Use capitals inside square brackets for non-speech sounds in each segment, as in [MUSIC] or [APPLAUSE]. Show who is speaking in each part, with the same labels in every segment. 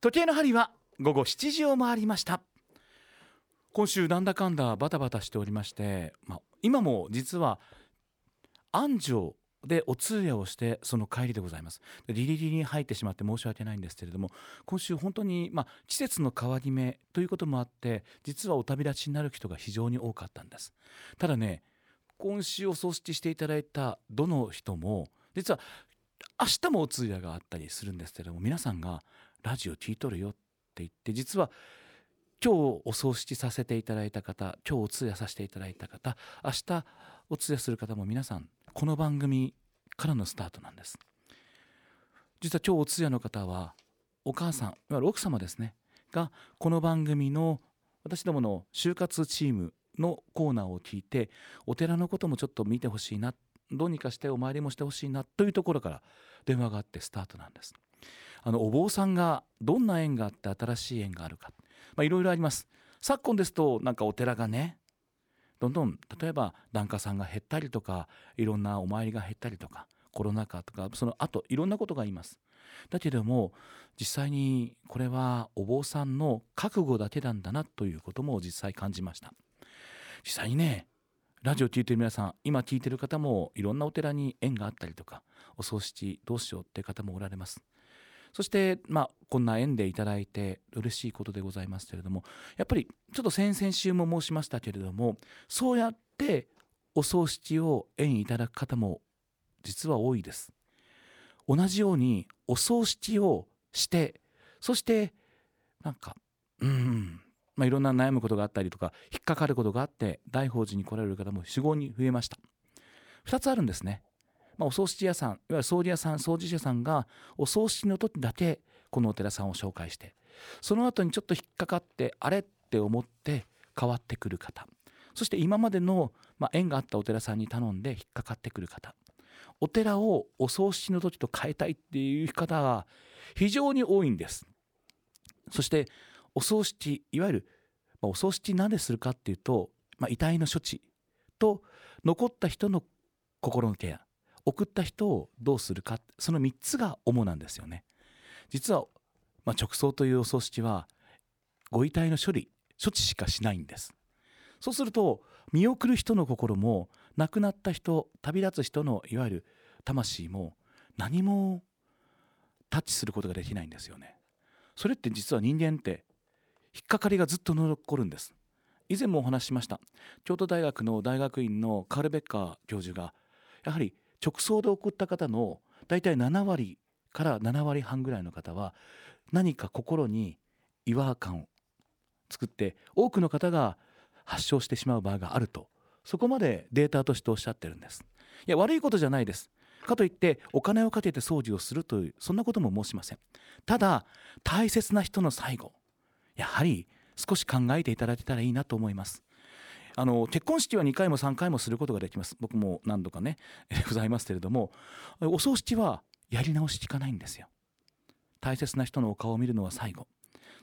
Speaker 1: 時計の針は午後7時を回りました今週なんだかんだバタバタしておりまして、まあ、今も実は安城でお通夜をしてその帰りでございますでリリリに入ってしまって申し訳ないんですけれども今週本当に、まあ、季節の変わり目ということもあって実はお旅立ちになる人が非常に多かったんですただね今週を葬式していただいたどの人も実は明日もお通夜があったりするんですけれども皆さんが「ラジオ聞いとるよ」って言って実は今日お葬式させていただいた方今日お通夜させていただいた方明日お通夜する方も皆さんこの番組からのスタートなんです実は今日お通夜の方はお母さんいわゆる奥様ですねがこの番組の私どもの就活チームのコーナーを聞いてお寺のこともちょっと見てほしいなどうにかしてお参りもしてほしいなというところから電話があってスタートなんですあのお坊さんがどんな縁があって新しい縁があるかまあいろいろあります昨今ですとなんかお寺がねどんどん例えば檀家さんが減ったりとかいろんなお参りが減ったりとかコロナ禍とかそのあといろんなことがありますだけども実際にこれはお坊さんの覚悟だけなんだなということも実際感じました実際にねラジオ聞いてる皆さん今聞いてる方もいろんなお寺に縁があったりとかお葬式どうしようっていう方もおられますそしてまあこんな縁でいただいて嬉しいことでございますけれどもやっぱりちょっと先々週も申しましたけれどもそうやってお葬式を縁いただく方も実は多いです同じようにお葬式をしてそしてなんかうんまあ、いろんな悩むことがあったりとか引っかかることがあって大宝寺に来られる方も45人増えました2つあるんですね、まあ、お葬式屋さんいわゆる葬儀屋さん葬儀社さんがお葬式の時だけこのお寺さんを紹介してその後にちょっと引っかかってあれって思って変わってくる方そして今までの、まあ、縁があったお寺さんに頼んで引っかかってくる方お寺をお葬式の時と変えたいっていう方が非常に多いんですそしてお葬式いわゆる、まあ、お葬式なんでするかっていうと、まあ、遺体の処置と残った人の心のケア送った人をどうするかその3つが主なんですよね実は、まあ、直葬というお葬式はご遺体の処理処置しかしないんですそうすると見送る人の心も亡くなった人旅立つ人のいわゆる魂も何もタッチすることができないんですよねそれって実は人間って引っかかりがずっと残るんです以前もお話ししました京都大学の大学院のカールベッカー教授がやはり直送で送った方の大体7割から7割半ぐらいの方は何か心に違和感を作って多くの方が発症してしまう場合があるとそこまでデータとしておっしゃってるんですいや悪いことじゃないですかといってお金をかけて掃除をするというそんなことも申しませんただ大切な人の最後やはり少し考えていただけたらいいなと思いますあの結婚式は2回も3回もすることができます僕も何度かねございますけれどもお葬式はやり直し聞かないんですよ大切な人のお顔を見るのは最後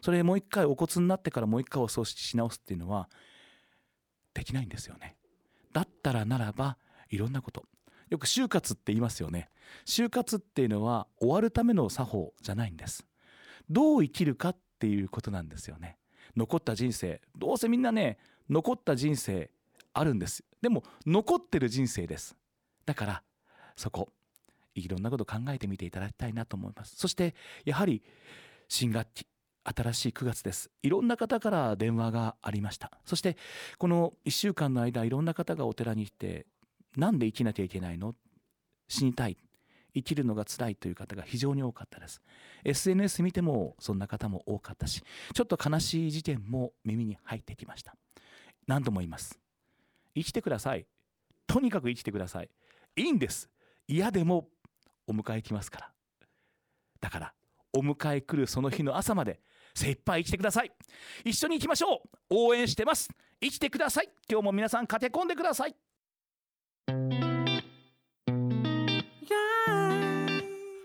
Speaker 1: それもう一回お骨になってからもう一回お葬式し直すっていうのはできないんですよねだったらならばいろんなことよく就活って言いますよね就活っていうのは終わるための作法じゃないんですどう生きるかっていうことなんですよね残った人生どうせみんなね残った人生あるんですでも残ってる人生ですだからそこいろんなこと考えてみていただきたいなと思いますそしてやはり新学期新しい9月ですいろんな方から電話がありましたそしてこの1週間の間いろんな方がお寺に来てなんで生きなきゃいけないの死にたい生きるのが辛いという方が非常に多かったです SNS 見てもそんな方も多かったしちょっと悲しい事件も耳に入ってきました何度も言います生きてくださいとにかく生きてくださいいいんです嫌でもお迎え来ますからだからお迎え来るその日の朝まで精一杯生きてください一緒に行きましょう応援してます生きてください今日も皆さん駆け込んでください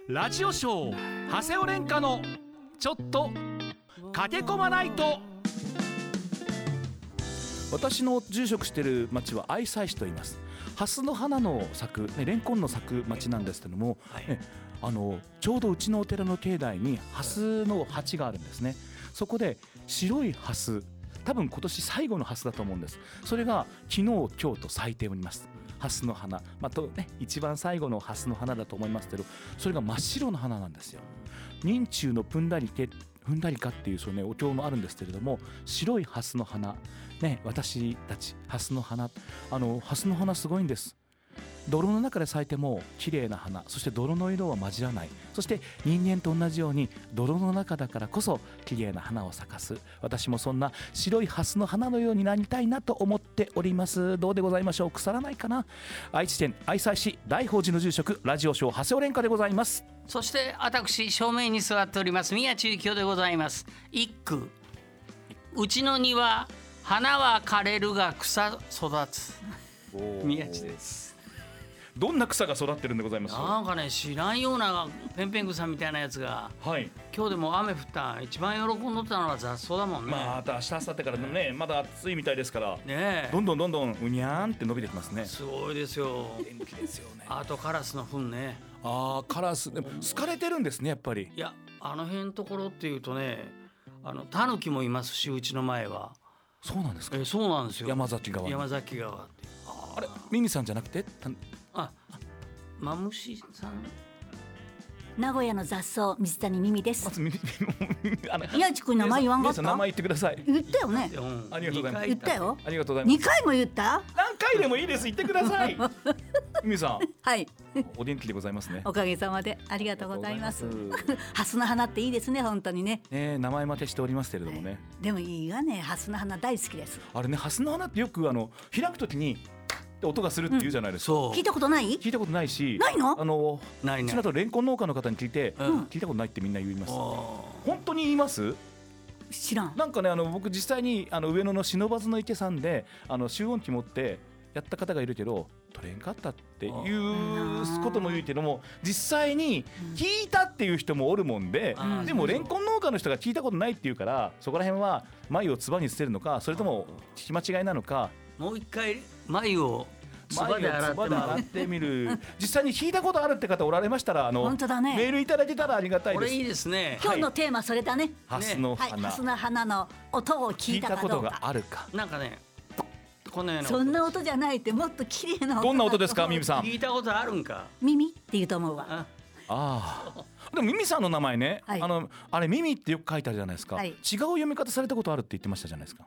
Speaker 1: ラジオショー長谷尾廉歌のちょっと駆け込まないと私の住職してる町は愛西市と言います蓮の花の咲く、ね、レンコンの咲く町なんですけども、ねああのちょうどうちのお寺の境内に蓮の鉢があるんですねそこで白い蓮多分今年最後の蓮だと思うんですそれが昨日今日と咲いております蓮の花、まあとね、一番最後の蓮の花だと思いますけどそれが真っ白の花なんですよ人中のぷんだりけふんだりかっていうその、ね、お経もあるんですけれども白い蓮の花、ね、私たち蓮の花あの蓮の花すごいんです泥の中で咲いても綺麗な花そして泥の色は混じらないそして人間と同じように泥の中だからこそ綺麗な花を咲かす私もそんな白い蓮の花のようになりたいなと思っておりますどうでございましょう腐らないかな愛知県愛西市大宝寺の住職ラジオショー長谷尾廉歌でございます
Speaker 2: そして私正面に座っております宮中京でございます一句うちの庭花は枯れるが草育つ宮地です
Speaker 1: どんな草が育ってるんでございます
Speaker 2: なんかね知らんようなペンペン草みたいなやつが
Speaker 1: はい
Speaker 2: 今日でも雨降った一番喜んどったのは雑草だもんね、
Speaker 1: また明日明後日からのねまだ暑いみたいですから
Speaker 2: ね
Speaker 1: どんどんどんどんうにゃーんって伸びてきますね
Speaker 2: えすごいですよ
Speaker 1: 元気ですよね
Speaker 2: あとカラスの糞ね
Speaker 1: あーカラスでも好かれてるんですねやっぱり
Speaker 2: いやあの辺のところっていうとねあのタヌキもいますしうちの前は
Speaker 1: そうなんですか
Speaker 2: えそうなんですよ
Speaker 1: 山崎川
Speaker 2: 山崎川っていう
Speaker 1: あれミニさんじゃなくてた
Speaker 2: あマムシさん
Speaker 3: 名古屋の雑草水谷美美です
Speaker 1: まずミニあの
Speaker 3: 宮地君名前言わんか
Speaker 1: ミ
Speaker 3: っ
Speaker 1: ニさ
Speaker 3: た
Speaker 1: 名前言ってくだ [LAUGHS] さい
Speaker 3: 言ったよね
Speaker 2: うん
Speaker 1: ありがとうございます
Speaker 2: 二回
Speaker 3: 言ったよ
Speaker 1: ありがとうございます
Speaker 3: 二回も言った
Speaker 1: 何回でもいいです言ってくだ [LAUGHS] さいミニさん
Speaker 3: はい
Speaker 1: [LAUGHS] お元気でございますね
Speaker 3: おかげさまでありがとうございます
Speaker 1: ありがとうございます
Speaker 3: 蓮の花っていいですね本当にね
Speaker 1: ね名前まてしておりますけれどもね
Speaker 3: でもいいがね蓮の花大好きです
Speaker 1: あれね蓮の花ってよくあの開くときにって音がするって言うじゃないですか、
Speaker 2: そ
Speaker 3: 聞いたことない
Speaker 1: 聞いたことないし
Speaker 3: ないの
Speaker 1: あの
Speaker 2: うない
Speaker 1: そ
Speaker 2: ね
Speaker 1: れとレンコン農家の方に聞いて、
Speaker 2: うん
Speaker 1: 聞いたことないってみんな言います
Speaker 2: お
Speaker 1: 本当に言います
Speaker 3: 知らん
Speaker 1: なんかねあの僕実際にあの上野の不忍の池さんであの集音機持ってやった方がいるけど取れんかったっていう
Speaker 3: ー
Speaker 1: ことも言うけども実際に聞いたっていう人もおるもんで
Speaker 2: あー
Speaker 1: でも
Speaker 2: そうそ
Speaker 1: レ
Speaker 2: う
Speaker 1: ンコン農家の人が聞いたことないっていうからそこら辺は眉をつばに捨てるのかそれとも聞き間違いなのか
Speaker 2: ーもう一回眉をつばで
Speaker 1: 眉を
Speaker 2: 洗っ
Speaker 1: つ
Speaker 2: ても
Speaker 1: ばで
Speaker 2: ら
Speaker 1: 洗
Speaker 2: う
Speaker 1: ってみる実際に聞いたことあるって方おられましたらあの
Speaker 3: 本当だね
Speaker 1: メールいただけたらありがたい
Speaker 2: こ
Speaker 1: で
Speaker 2: れ
Speaker 1: す。
Speaker 2: いいですね
Speaker 3: 今日のテーマそれだね
Speaker 1: ハスの
Speaker 3: はい
Speaker 1: 花、
Speaker 3: 蓮の花の音を聞
Speaker 1: 聞
Speaker 3: い
Speaker 1: い
Speaker 3: た
Speaker 1: た
Speaker 3: か
Speaker 1: こ
Speaker 3: ど
Speaker 1: と
Speaker 3: う
Speaker 1: が
Speaker 3: か
Speaker 1: あるか。
Speaker 2: なんかねこのような
Speaker 3: そんな音じゃないってもっと綺麗な音
Speaker 1: どんな音ですか、みみさん。
Speaker 2: 聞いたことあるんか
Speaker 3: 耳って言うと思うわ
Speaker 2: あ
Speaker 1: ああ。でもミミさんの名前ね、
Speaker 3: はい
Speaker 1: あのあれミミってよく書いてあるじゃないですか、
Speaker 3: はい
Speaker 1: 違う読み方されたことあるって言ってましたじゃないですか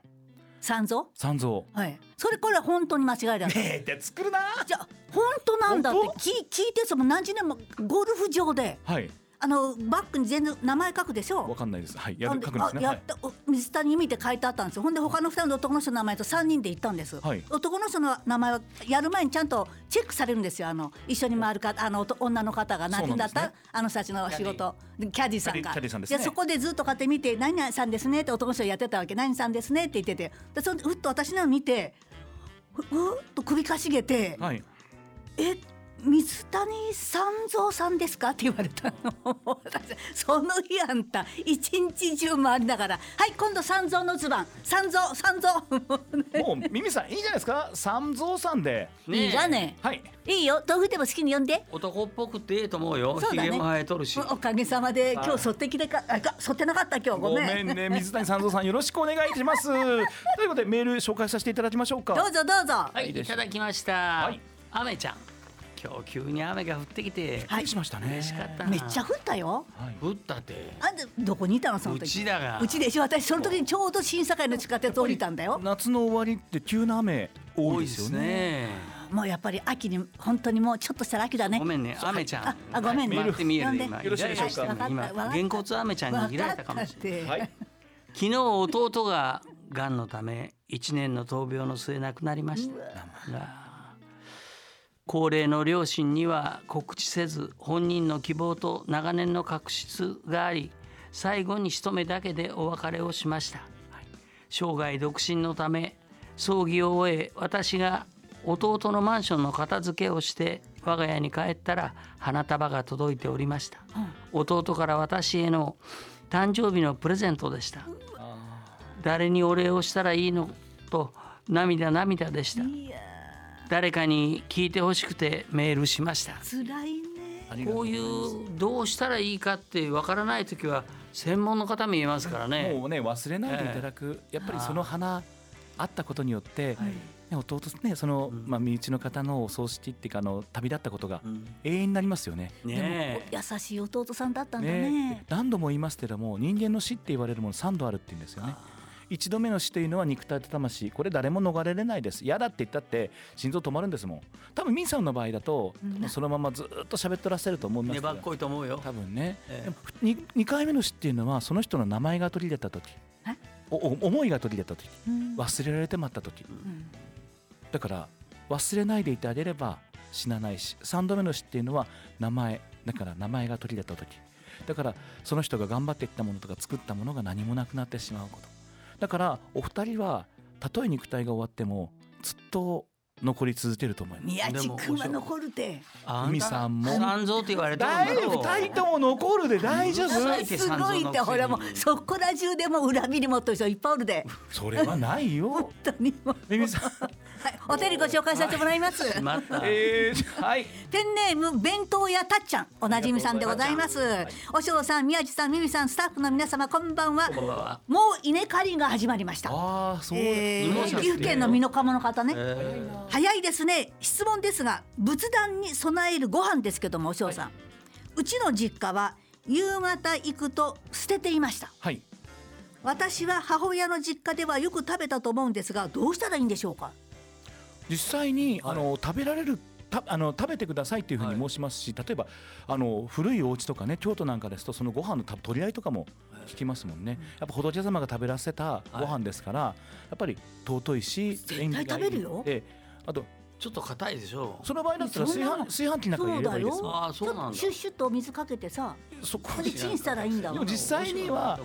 Speaker 3: 三蔵
Speaker 1: 三蔵
Speaker 3: はいそれこれは本当に間違いだった
Speaker 1: えって作るな
Speaker 3: じゃあ本当なんだって
Speaker 1: 本当
Speaker 3: 聞聞いてその何十年もゴルフ場で
Speaker 1: はい
Speaker 3: あのバッグに全然名前書くでし
Speaker 1: わ
Speaker 3: ょ
Speaker 1: かんないですはいや
Speaker 3: あ
Speaker 1: る書くんですね
Speaker 3: あや
Speaker 1: は
Speaker 3: っ
Speaker 1: い
Speaker 3: た、お水谷由美って書いてあったんですよほんで他の2人の男の人の名前と3人で行ったんです、
Speaker 1: はい
Speaker 3: 男の人の名前はやる前にちゃんとチェックされるんですよあの一緒に回るかあのと女の方が何人だった、
Speaker 1: そうなんで
Speaker 3: あの人たちの仕事キャディさんが
Speaker 1: キャディキャディさんですね
Speaker 3: いやそこでずっと買って見て「何々さんですね」って男の人がやってたわけ「何々さんですね」って言っててでそのうっと私のを見てふうーっと首かしげて「
Speaker 1: はい
Speaker 3: え水谷三蔵さんですか?」って言われたの私その日あんた一日中回りながら「はい今度三蔵のズバン三蔵三蔵」
Speaker 1: もうミミさんいいじゃないですか三蔵さんで
Speaker 2: ねえ
Speaker 3: いいじゃね
Speaker 1: はい
Speaker 3: えいいよ豆腐でも好きに呼んで。
Speaker 2: 男っぽくてええと思うよ
Speaker 3: そう
Speaker 2: ひ
Speaker 3: だね
Speaker 2: げも生えとるし
Speaker 3: おかげさまで今
Speaker 1: は
Speaker 3: 日
Speaker 1: い
Speaker 3: 剃ってきてかあか剃ってなかった今日ご
Speaker 1: ご
Speaker 3: めん
Speaker 1: めんね水谷三蔵さんよろしくお願いしますということでメール紹介させていただきましょうか
Speaker 3: どうぞどうぞ、
Speaker 2: はいいただきました
Speaker 1: はい
Speaker 2: 雨ちゃん今日急に雨が降ってきて
Speaker 1: はいしましたね
Speaker 2: 嬉しかったな
Speaker 3: めっちゃ降ったよ
Speaker 1: はい
Speaker 2: 降ったって
Speaker 3: あんたどこにいたのその
Speaker 2: う
Speaker 3: 時
Speaker 2: ちだが
Speaker 3: うちでしょ私その時にちょうど審査会の地下鉄降りたんだよ
Speaker 1: 夏の終わりって急な雨多
Speaker 2: 多
Speaker 1: い
Speaker 2: い
Speaker 1: で
Speaker 2: です
Speaker 1: よ
Speaker 2: す
Speaker 1: ね
Speaker 2: ね
Speaker 3: もうやっぱり秋に本当にもうちょっとしたら秋だね
Speaker 2: ごめんね雨ちゃん
Speaker 3: ああごめんね
Speaker 2: 待って見える
Speaker 3: 呼んで
Speaker 2: 今
Speaker 1: よろしいでしょうか
Speaker 2: イライラしてる
Speaker 3: わかった
Speaker 2: 今
Speaker 3: わかった
Speaker 2: 原骨雨ちゃんに
Speaker 3: わ
Speaker 2: 逃げられたか
Speaker 3: か
Speaker 2: も
Speaker 3: っ
Speaker 2: しれない
Speaker 3: て、
Speaker 1: はい
Speaker 2: 昨日弟ががんのため1年の闘病の末亡くなりましたが高齢の両親には告知せず本人の希望と長年の確執があり最後に一目だけでお別れをしました、はい生涯独身のため葬儀を終え私が弟のマンションの片付けをして我が家に帰ったら花束が届いておりました、弟から私への誕生日のプレゼントでした誰にお礼をしたらいいのと涙涙でした誰かに聞いてほしくてメールしました
Speaker 3: 辛いね
Speaker 1: ありがとご
Speaker 2: こう
Speaker 1: ざ
Speaker 2: い
Speaker 1: ます
Speaker 2: うどうしたらいいかってわからない時は専門の方見えますからね
Speaker 1: もうね忘れないでいただく、やっぱりその花あったことによって、
Speaker 2: はい
Speaker 1: ね、弟ねその、
Speaker 2: うん
Speaker 1: まあ、身内の方のお葬式っていうかあの旅立ったことが
Speaker 2: うん
Speaker 1: 永遠になりますよね。
Speaker 2: ねえ
Speaker 3: 優しい弟さんだったんだね。
Speaker 1: 何度も言いますけども人間の死って言われるもの3度あるって言うんですよね。一度目の死というのは肉体と魂これ誰も逃れれないです嫌だって言ったって心臓止まるんですもん多分ミンさんの場合だと、
Speaker 3: うん
Speaker 1: もうそのままずっと喋っとらせると思いますけ
Speaker 2: 粘
Speaker 1: ど
Speaker 2: っこいと思うよ
Speaker 1: 多分ね、
Speaker 2: ええ
Speaker 1: でもに 2, 回目の死っていうのはその人の名前が取り出た時
Speaker 3: え
Speaker 1: おお思いが取り出た時
Speaker 3: うん
Speaker 1: 忘れられてまった時
Speaker 3: うん
Speaker 1: だから忘れないでいてあげれば死なないし3度目の死っていうのは名前だから名前が取り出た時だからその人が頑張ってきたものとか作ったものが何もなくなってしまうことだからお二人はたとえ肉体が終わってもずっと残り続けると思います
Speaker 3: 宮地君は残るて。
Speaker 2: あ
Speaker 1: 海さんも
Speaker 2: 三蔵って言われた
Speaker 1: 大
Speaker 2: んだ
Speaker 1: 丈
Speaker 2: ろ
Speaker 1: 夫二人とも残るで大丈夫
Speaker 2: うまいって
Speaker 3: すごいってほらもうそこら中でもう裏切り者と人いっぱいおるで。
Speaker 1: それはないよ
Speaker 3: 本当にもう
Speaker 1: ミミさん
Speaker 3: はいお便りご紹介させてもらいます。
Speaker 2: まった
Speaker 1: [LAUGHS] えー、はい
Speaker 3: ペンネーム弁当屋たっちゃんおなじみさんでございますおしょうさん宮地さんみみさんスタッフの皆様こんばんは
Speaker 2: こんばんは
Speaker 3: もう稲刈りが始まりました
Speaker 1: ああそうだ、
Speaker 3: え
Speaker 2: 二
Speaker 3: ー
Speaker 2: 毛作
Speaker 3: 岐阜県の美濃鴨の方ね、
Speaker 2: え
Speaker 3: 早いですね質問ですが仏壇に備えるご飯ですけどもおしょうさん、うちの実家は夕方行くと捨てていました
Speaker 1: はい
Speaker 3: 私は母親の実家ではよく食べたと思うんですがどうしたらいいんでしょうか
Speaker 1: 実際に、あの食べられるたあの食べてくださいっていうふうに申しますし、例えばあの古いお家とかね京都なんかですとそのご飯のた取り合いとかも聞きますもんね、やっぱ仏様が食べらせたご飯ですから、やっぱり尊いし縁起がいい
Speaker 3: 食べるよ
Speaker 1: ええあと
Speaker 2: ちょっと硬いでしょ
Speaker 1: その場合だったら
Speaker 3: そん
Speaker 1: 炊
Speaker 3: なの
Speaker 1: 飯炊飯器なんかに入れればいいです
Speaker 3: そうだ
Speaker 1: も
Speaker 3: よ
Speaker 2: ああそうなんだ
Speaker 3: シュッシュッとお水かけてさ
Speaker 1: んそこ
Speaker 3: これチンしたらいいんだ
Speaker 1: で
Speaker 3: わ
Speaker 1: も実際には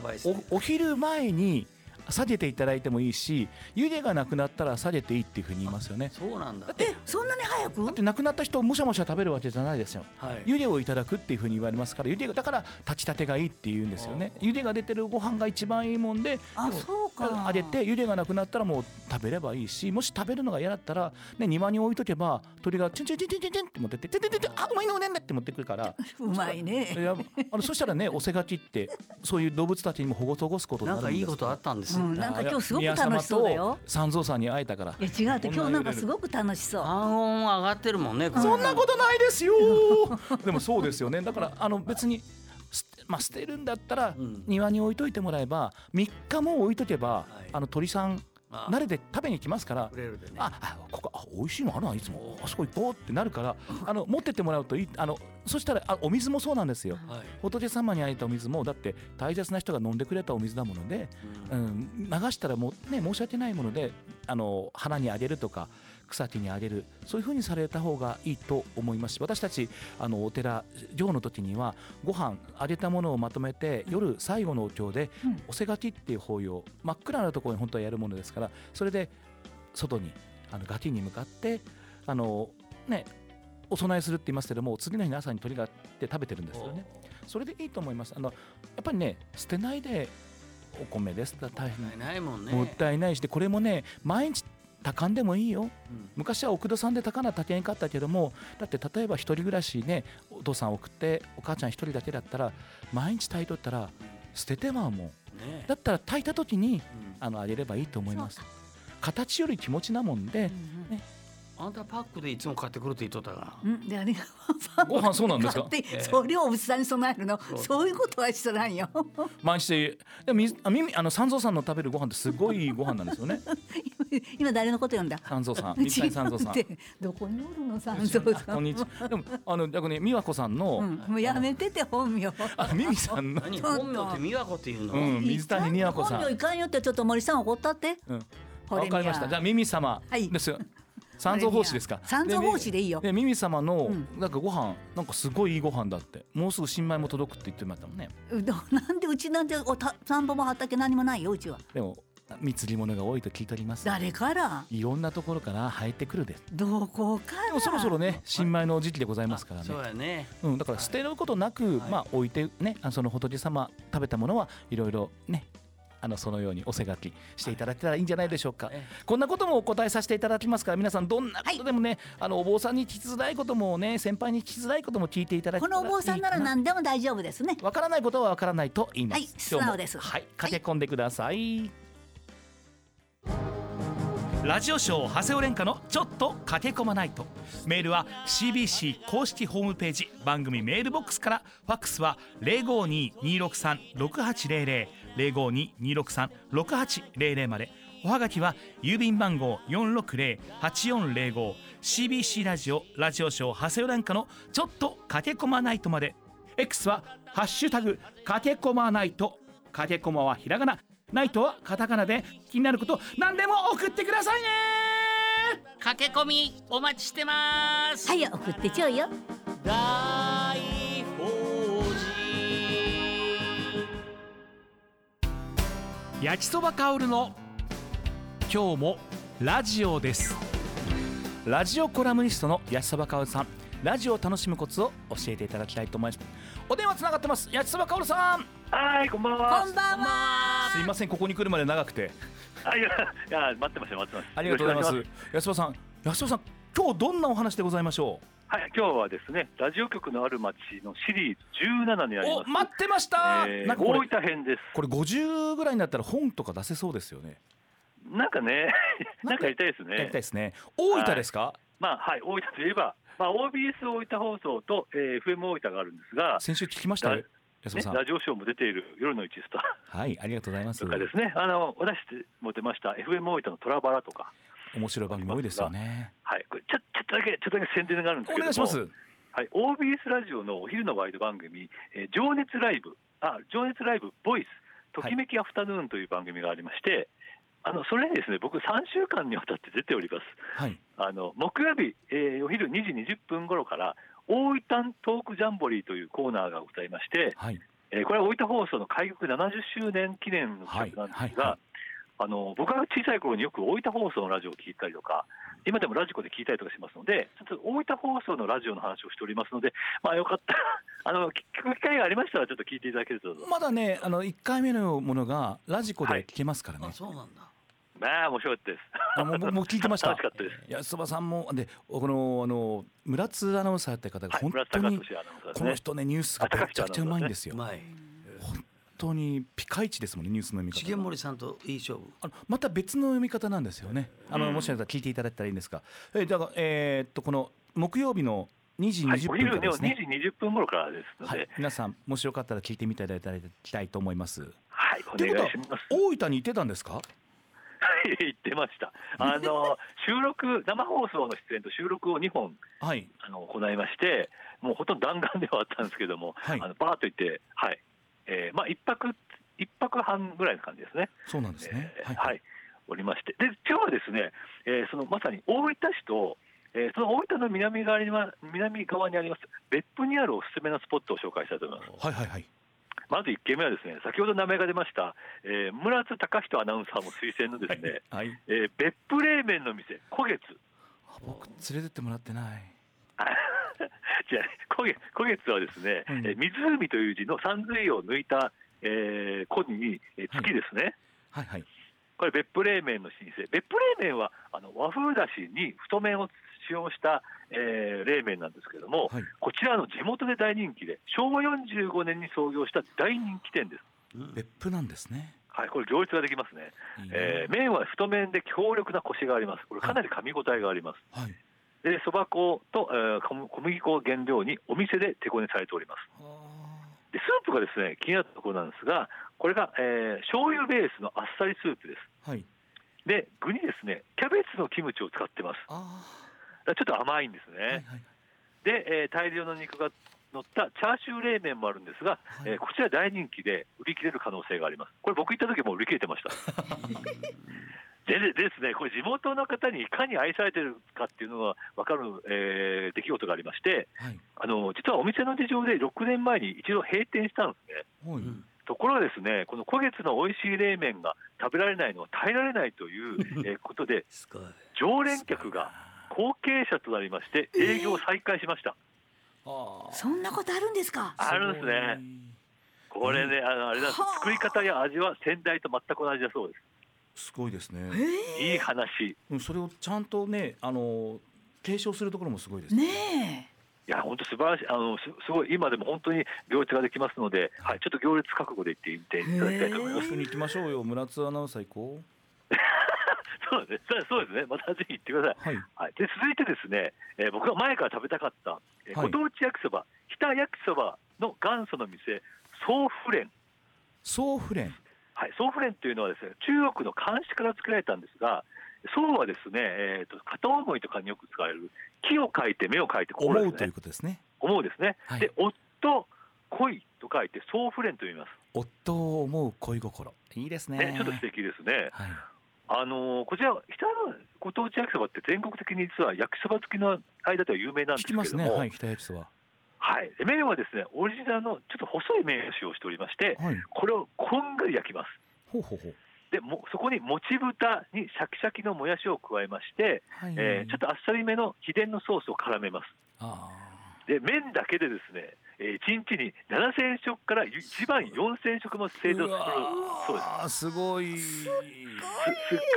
Speaker 1: おお昼前に下げていただいてもいいし湯気がなくなったら下げていいっていうふうに言いますよね
Speaker 2: そうなんだ
Speaker 3: えそんなに早く
Speaker 1: だってなくなった人をむしゃむしゃ食べるわけじゃないですよ
Speaker 2: はい
Speaker 1: 湯気をいただくっていうふうに言われますから湯気がだから炊きたてがいいって言うんですよね湯気が出てるご飯が一番いいもんで
Speaker 3: あそうか
Speaker 1: 揚げて湯気がなくなったらもう食べればいいしもし食べるのが嫌だったら、ね、庭に置いとけば鳥がチュンチュンチュンチュンチュンチュンって持ってって「ててててあうまいのうねんね」って持ってくる
Speaker 3: [LAUGHS]
Speaker 1: から
Speaker 3: うまい
Speaker 1: い
Speaker 3: ね。
Speaker 1: やあのそしたらねおせがきってそういう動物たちにも保護と起こすことに
Speaker 2: な
Speaker 1: なんるんです
Speaker 2: かいいことあったんです
Speaker 3: うん、なんか今日すごく楽しそうだよ。
Speaker 1: 宮様と三蔵さんに会えたから
Speaker 3: いや違うって今日なんかすごく楽しそう。
Speaker 2: 暗音上がってるもんね
Speaker 1: そんなことないですよ。でもそうですよね。だからあの別にすまあ捨てるんだったら
Speaker 2: うん
Speaker 1: 庭に置いといてもらえば3日も置いとけば
Speaker 2: はい
Speaker 1: あの鳥さん
Speaker 2: あ
Speaker 1: 慣れて食べに来ますから
Speaker 2: く。れるでね
Speaker 1: ああここあ美味しいのあるないつもあそこ行こうってなる
Speaker 2: [LAUGHS]
Speaker 1: からあの持ってってもらうといいあのそしたらあお水もそうなんですよ
Speaker 2: はい
Speaker 1: 仏様にあえたお水もだって大切な人が飲んでくれたお水だもので、
Speaker 2: う
Speaker 1: うんん、流したらもうね申し訳ないものであの花にあげるとか草木にあげるそういうふうにされた方がいいと思いますし私たちあのお寺行の時にはご飯あげたものをまとめて夜最後のお経で
Speaker 3: うん
Speaker 1: おせがきっていう法要真っ暗なところに本当はやるものですからそれで外にあのガキに向かってあのねお供えするって言いますけども次の日の朝に鳥がって食べてるんですよね。それでいいと思います。あのやっぱりね捨てないでお米ですから大変、
Speaker 2: ないないもんね
Speaker 1: もったいないしでこれもね毎日炊かんでもいいよ
Speaker 2: うん
Speaker 1: 昔はお父さんで炊かな炊けんかったけどもだって例えば一人暮らしねお父さん送ってお母ちゃん一人だけだったら毎日炊いとったら捨ててまうもん
Speaker 2: ね
Speaker 1: だったら炊いた時に
Speaker 2: うん
Speaker 1: あのあげればいいと思います形より気持ちなもん
Speaker 3: [LAUGHS]
Speaker 1: で、
Speaker 2: あんたパックでいつも買ってくるって言っとったか
Speaker 3: うん、であれが
Speaker 1: ご飯そうなんですか
Speaker 3: 買って
Speaker 2: ええ
Speaker 3: それをお仏壇に備えるの、
Speaker 2: そう
Speaker 3: そういうことはしてないよ。 [LAUGHS]
Speaker 1: 毎日ででも水あみあの三蔵さんの食べるご飯ってすごいいいご飯なんですよね
Speaker 3: 今誰のこと読んだ。
Speaker 1: 三蔵さ
Speaker 3: [LAUGHS]
Speaker 1: ん水谷三蔵さん
Speaker 3: 違うってどこにおるの三蔵
Speaker 1: あ
Speaker 3: さ
Speaker 1: こん
Speaker 3: ん。
Speaker 1: にちは。 [LAUGHS] でもあの逆に美和子さんの、
Speaker 3: うん、もうやめてて本名。
Speaker 1: あミミさんの
Speaker 2: ら、何
Speaker 3: ょっと
Speaker 2: 本名って美和子っていうの、
Speaker 1: うん水谷美和子さん
Speaker 3: 本名いかんよってちょっと森さん怒ったって。
Speaker 1: うん、
Speaker 3: ほれ
Speaker 1: わかりました。
Speaker 3: みや
Speaker 1: じゃあミミ様
Speaker 3: はい
Speaker 1: ですよ。三蔵法師ですか。
Speaker 3: 三蔵法師でいいよ
Speaker 1: でミミ様の
Speaker 3: うん
Speaker 1: なんかご飯なんかすごいいいご飯だって。もうすぐ新米も届くって言ってましたもんね。
Speaker 3: うんなんでうちなんておた田んぼも畑何もないようちは。
Speaker 1: でも貢ぎ物が多いと聞いております。
Speaker 3: 誰から
Speaker 1: いろんなところから生えてくるです。
Speaker 3: どこから。
Speaker 1: でもそろそろね新米の時期でございますからね。
Speaker 2: そうやね
Speaker 1: うん、だから捨てることなく、
Speaker 2: はい
Speaker 1: まあ置いてねあその仏様食べたものはいろいろねあのそのようにおせ書きしていただいたらいいんじゃないでしょうか、
Speaker 2: え
Speaker 1: こんなこともお答えさせていただきますから皆さんどんなことでもね、あのお坊さんに聞きづらいこともね先輩に聞きづらいことも聞いていただけ
Speaker 3: こ
Speaker 1: たら
Speaker 3: のお坊さんなら
Speaker 1: いいか
Speaker 3: 何でも大丈夫ですね
Speaker 1: わからないことはわからないと言います。
Speaker 3: はい
Speaker 1: 今日
Speaker 3: 素
Speaker 1: も
Speaker 3: 直です
Speaker 1: はい、駆け込んでください。ラジオショー長谷尾廉歌のちょっと駆け込まないとメールは CBC 公式ホームページ番組メールボックスからファックスは0522636800 0522636800までおはがきは郵便番号 460-8405CBC ラジオラジオショー長谷尾廉歌のちょっと駆け込まないとまで X はハッシュタグカテコマナイトカテコマはひらがなナイトはカタカナで気になること何でも送ってくださいね
Speaker 2: 駆け込みお待ちしてます
Speaker 3: はい送ってちょうよ
Speaker 2: 大法
Speaker 1: 焼きそばかおるの今日もラジオですラジオコラムニストの焼きそばかおるさんラジオを楽しむコツを教えていただきたいと思いますお電話つながってます焼きそばかおるさん
Speaker 4: はい、こんばんは
Speaker 3: こ。んばんは
Speaker 1: すいませんここに来るまで長くて
Speaker 4: あいや、いや、待ってました、待ってました。
Speaker 1: ありがとうございます
Speaker 4: よろ
Speaker 1: 焼き
Speaker 4: しくお願し
Speaker 1: そばさん焼きそばさん今日どんなお話でございましょ
Speaker 4: ますはい、今日はですね、ラジオ局のある町のシリーズ17に
Speaker 1: う
Speaker 4: なりま
Speaker 1: お
Speaker 4: す。
Speaker 1: 待ってました、
Speaker 4: えー
Speaker 1: なんかこれ
Speaker 4: 大分編です。
Speaker 1: これ50ぐらいになったら本とか出せそうですよね。
Speaker 4: なんかね、
Speaker 1: な
Speaker 4: なんん
Speaker 1: か
Speaker 4: かやりたいです
Speaker 1: やりたい
Speaker 4: ね。
Speaker 1: ですね。大分ですか？
Speaker 4: まあ、はい、大分といえば、まあ、OBS 大分放送と、えー FM 大分があるんですが、
Speaker 1: 先週聞きました
Speaker 4: は
Speaker 1: よ
Speaker 4: い。
Speaker 1: 安
Speaker 4: ね、
Speaker 1: 田さん。
Speaker 4: ラジオショーも出ている夜の一スタ
Speaker 1: はい、ありがとうございま
Speaker 4: ー
Speaker 1: す
Speaker 4: と。かですね、あの私も出ました、FM 大分のトラバラとか、
Speaker 1: 面白い番組多いですよね。
Speaker 4: はい、これちょちょっとだけ、ちょっとだけ宣伝があるんです
Speaker 1: お
Speaker 4: けども、
Speaker 1: 願いします。
Speaker 4: はい、OBS ラジオのお昼のワイド番組、えー情熱ライブ、あ、情熱ライブボイス、ときめきアフタヌーンという番組がありまして、あのそれにですね、僕3週間にわたって出ております。
Speaker 1: はい。
Speaker 4: あの木曜日、えーお昼2時20分頃から、大分トークジャンボリーというコーナーがございまして、
Speaker 1: はい。
Speaker 4: えーこれは大分放送の開局70周年記念の
Speaker 1: はい
Speaker 4: 企画なんです
Speaker 1: はいは
Speaker 4: が、あの僕が小さい頃によく大分放送のラジオを聞いたりとか、今でもラジコで聞いたりとかしますので、ちょっと大分放送のラジオの話をしておりますので、まあ、よかったら [LAUGHS] あの、聞く機会がありましたら、ちょっと聞いていただけると、
Speaker 1: まだね、あの一回目のものがラジコで聞けますからね
Speaker 2: あ。そうなんだ
Speaker 4: まあ、面白かったです。
Speaker 1: あもうもう聞いてました
Speaker 4: 楽しかったです。
Speaker 1: 安そばさんもでこのあの村津アナウンサーって方が
Speaker 4: はい、
Speaker 1: 本
Speaker 4: 村田
Speaker 1: 当
Speaker 4: 隆
Speaker 1: に
Speaker 4: 俊アナウンサーで
Speaker 1: こ
Speaker 4: す
Speaker 1: の
Speaker 4: ね。
Speaker 1: 人ねニュースがめちゃくちゃうまいんです
Speaker 2: う
Speaker 1: よ。本
Speaker 2: まい
Speaker 1: 当にピカイチですもんねニュースの見方
Speaker 2: 重。森さんといい勝負
Speaker 1: あのまた別の読み方なんですよね。あの、
Speaker 4: うん
Speaker 1: もしあれだったら聞いていただいたらいいんですが、えーだからえーっとこの木曜日の2時
Speaker 4: はい
Speaker 1: 20、
Speaker 4: お
Speaker 1: 分か
Speaker 4: 昼
Speaker 1: ら
Speaker 4: の
Speaker 1: ですね。
Speaker 4: 2時20分頃からですの
Speaker 1: は
Speaker 4: で、
Speaker 1: い、皆さんもしよかったら聞いてみていただきたいと思います。
Speaker 4: はい、お
Speaker 1: ということ
Speaker 4: 願
Speaker 1: はい
Speaker 4: します。
Speaker 1: 大分に行ってたんですか？
Speaker 4: はい、言ってました。あ
Speaker 1: [LAUGHS]
Speaker 4: の収録生放送の出演と収録を2本
Speaker 1: はい
Speaker 4: あの行いまして、もうほとんど弾丸ではあったんですけども、
Speaker 1: はい
Speaker 4: あのバーッと行って、はい、えーまあ一泊一泊半ぐらいの感じですね。
Speaker 1: そうなんですね。
Speaker 4: えーはい、おりまして、で今日はですね、えーそのまさに大分市と、えーその大分の南側には南側にあります別府にあるおすすめのスポットを紹介したいと思います。
Speaker 1: はいはいはい。
Speaker 4: まず1軒目はですね、先ほど名前が出ました、えー村津隆人アナウンサーも推薦のですね。
Speaker 1: はい。
Speaker 4: えー別府冷麺の店、古月。
Speaker 1: あ僕連れてってもらってない。
Speaker 4: [LAUGHS] じゃあ古月古月はですね、
Speaker 1: うん
Speaker 4: えー湖という字の三髄を抜いた、えー、古に、えー月ですね。
Speaker 1: はいはい。
Speaker 4: これ別府冷麺の老舗。別府冷麺はあの和風だしに太麺を使用した、えー冷麺なんですけども、
Speaker 1: はい。
Speaker 4: こちらの地元で大人気で昭和45年に創業した大人気店です。
Speaker 2: うん
Speaker 1: 別府なんですね。
Speaker 4: はい、これ行列ができますね。
Speaker 1: いいな
Speaker 4: えー麺は太麺で強力なコシがあります。これかなり噛み応えがあります。
Speaker 1: はい。
Speaker 4: で、そば粉と、えー小麦小麦粉を原料にお店で手こねされております。で、スープがですね、気になったところなんですが、これが、えー醤油ベースのあっさりスープです。
Speaker 1: はい。
Speaker 4: で、具にですね、キャベツのキムチを使ってます。
Speaker 1: あ
Speaker 4: だからちょっと甘いんです
Speaker 1: あ。はいは
Speaker 4: ね。
Speaker 1: い。
Speaker 4: で、えー大量の肉が乗ったチャーシュー冷麺もあるんですが、
Speaker 1: はい
Speaker 4: えーこちら大人気で売り切れる可能性があります。これ僕行った時もう売り切れてました。
Speaker 1: [LAUGHS]
Speaker 4: [LAUGHS] ででですね、これ地元の方にいかに愛されてるかっていうのが分かる、えー出来事がありまして、
Speaker 1: はい。
Speaker 4: あの実はお店の事情で6年前に一度閉店したんですね。
Speaker 1: は
Speaker 2: う
Speaker 1: い。
Speaker 2: ん
Speaker 4: ところがですね、この古月の美味しい冷麺が食べられないのは耐えられないというえーことで、
Speaker 2: すごい
Speaker 4: 常連客が後継者となりまして、営業を再開しました。
Speaker 1: あー。
Speaker 3: そんなことあるんですか
Speaker 4: あるんですね。これね、あのあれなんです
Speaker 3: はあ
Speaker 4: 作り方や味は先代と全く同じだそうです
Speaker 1: ごいですね。
Speaker 3: え
Speaker 4: す。いい話。い
Speaker 1: うんそれをちゃんとねあの継承するところもすごいです
Speaker 3: ー、。ね
Speaker 4: や、本当素晴らしい。あの、すすごい、今でも本当に行列ができますので、はい、ちょっと行列覚悟で行ってみていただきたいと思いま
Speaker 1: 一
Speaker 4: す。
Speaker 1: 緒に行きましょうよ村津アナウンサー行こう。
Speaker 4: そうですね。そうですね。またぜひ行ってください。
Speaker 1: はい。
Speaker 4: はい、で続いてですね、えー僕が前から食べたかった、えー
Speaker 1: はい
Speaker 4: ご当地焼きそば、北焼きそばの元祖の店、ソーフレン。
Speaker 1: 総フレン。
Speaker 4: はい、ソーフレンというのはですね、中国の漢詩から作られたんですが、ソウはですね、えー、と片思いとかによく使われる木を書いて目を書いてこ
Speaker 1: 思
Speaker 4: で
Speaker 1: う
Speaker 4: す
Speaker 1: とい
Speaker 4: ね
Speaker 1: う。ことですね。
Speaker 4: 思うですね。
Speaker 1: はい
Speaker 4: で夫恋と書いてソーフレンと言います。
Speaker 1: 夫を思う恋心。いいですね。
Speaker 4: ね、ちょっと素敵ですね。
Speaker 1: はい。
Speaker 4: あのーこちら北のご当地焼きそばって全国的に実は焼きそば好きの間では有名なんです
Speaker 1: 聞き
Speaker 4: けれども。
Speaker 1: ますね。はい北焼きそば。
Speaker 4: はい、で麺はですねオリジナルのちょっと細い麺を使用しておりまして、
Speaker 1: はい。
Speaker 4: これをこんがり焼きます。
Speaker 1: ほうほうほう。
Speaker 4: でもそこにもち豚にシャキシャキのもやしを加えまして、
Speaker 1: はい。
Speaker 4: えーちょっとあっさりめの秘伝のソースを絡めます。
Speaker 1: あ
Speaker 4: で麺だけでですね、え1日に7000食から1番4000食も
Speaker 1: ー
Speaker 4: 製造するそうです。
Speaker 1: わーすごい。
Speaker 4: すすっ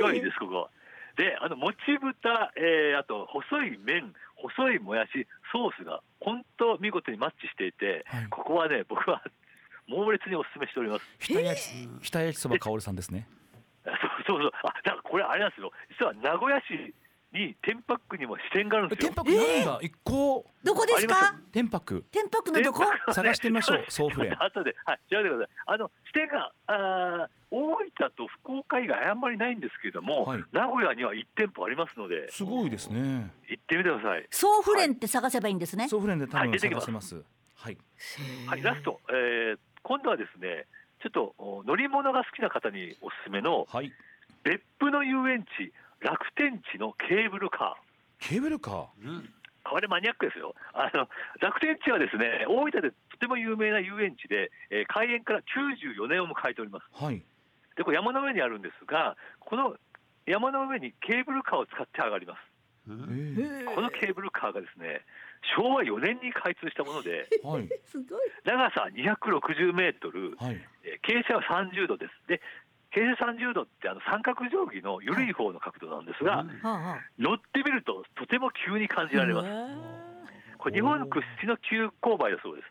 Speaker 4: ごいですここ。であのもち豚、えーあと細い麺細いもやしソースが本当見事にマッチしていて、
Speaker 1: はい
Speaker 4: ここはね僕は猛烈にお勧めしております。
Speaker 1: 北焼き北焼きそばかおるさんですね。
Speaker 4: そうそうそう。あ、だからこれあれなんですよ。実は名古屋市に天白区にも支店があるん
Speaker 1: え
Speaker 4: です
Speaker 1: 天
Speaker 4: よ。
Speaker 1: 白にあるんだ。一個
Speaker 3: どこです
Speaker 4: あ
Speaker 3: か
Speaker 4: り
Speaker 1: 天白。
Speaker 3: 天白のどこ
Speaker 4: 天白
Speaker 1: 探してみましょうソーフレン
Speaker 4: あとで、はい、調べてください。あの支店があー大分と福岡以外あんまりないんですけれども、
Speaker 1: はい
Speaker 4: 名古屋には1店舗ありますのです
Speaker 1: ごいですね。
Speaker 4: 行ってみてください。
Speaker 3: ソーフレンって探せばいいんですね、
Speaker 1: ソーフレンで多
Speaker 4: はい
Speaker 1: 分
Speaker 4: 出てきま
Speaker 1: 探
Speaker 4: す
Speaker 1: せます。はい。
Speaker 4: はい、ラスト、えー今度はですね、ちょっとお乗り物が好きな方におすすめの
Speaker 1: はい。
Speaker 4: 別府の遊園地楽天地のケーブルカー。
Speaker 1: ケーブルカー。
Speaker 2: うん
Speaker 4: これマニアックですよ。あの楽天地はですね、大分でとても有名な遊園地で、えー開園から94年を迎えております。
Speaker 1: はい。
Speaker 4: で、これ山の上にあるんですが、この山の上にケーブルカーを使って上がります。
Speaker 1: え
Speaker 2: うん
Speaker 1: ー
Speaker 4: このケーブルカーがですね、昭和4年に開通したもので、
Speaker 1: はい。
Speaker 3: すごい
Speaker 4: 長さ260メートル、
Speaker 1: はい。
Speaker 4: えー傾斜は30度です。で、傾斜30度ってあの三角定規の緩い方の角度なんですが、
Speaker 3: はあはあ
Speaker 4: 乗ってみるととても急に感じられます。これ日本屈指の急勾配だそうで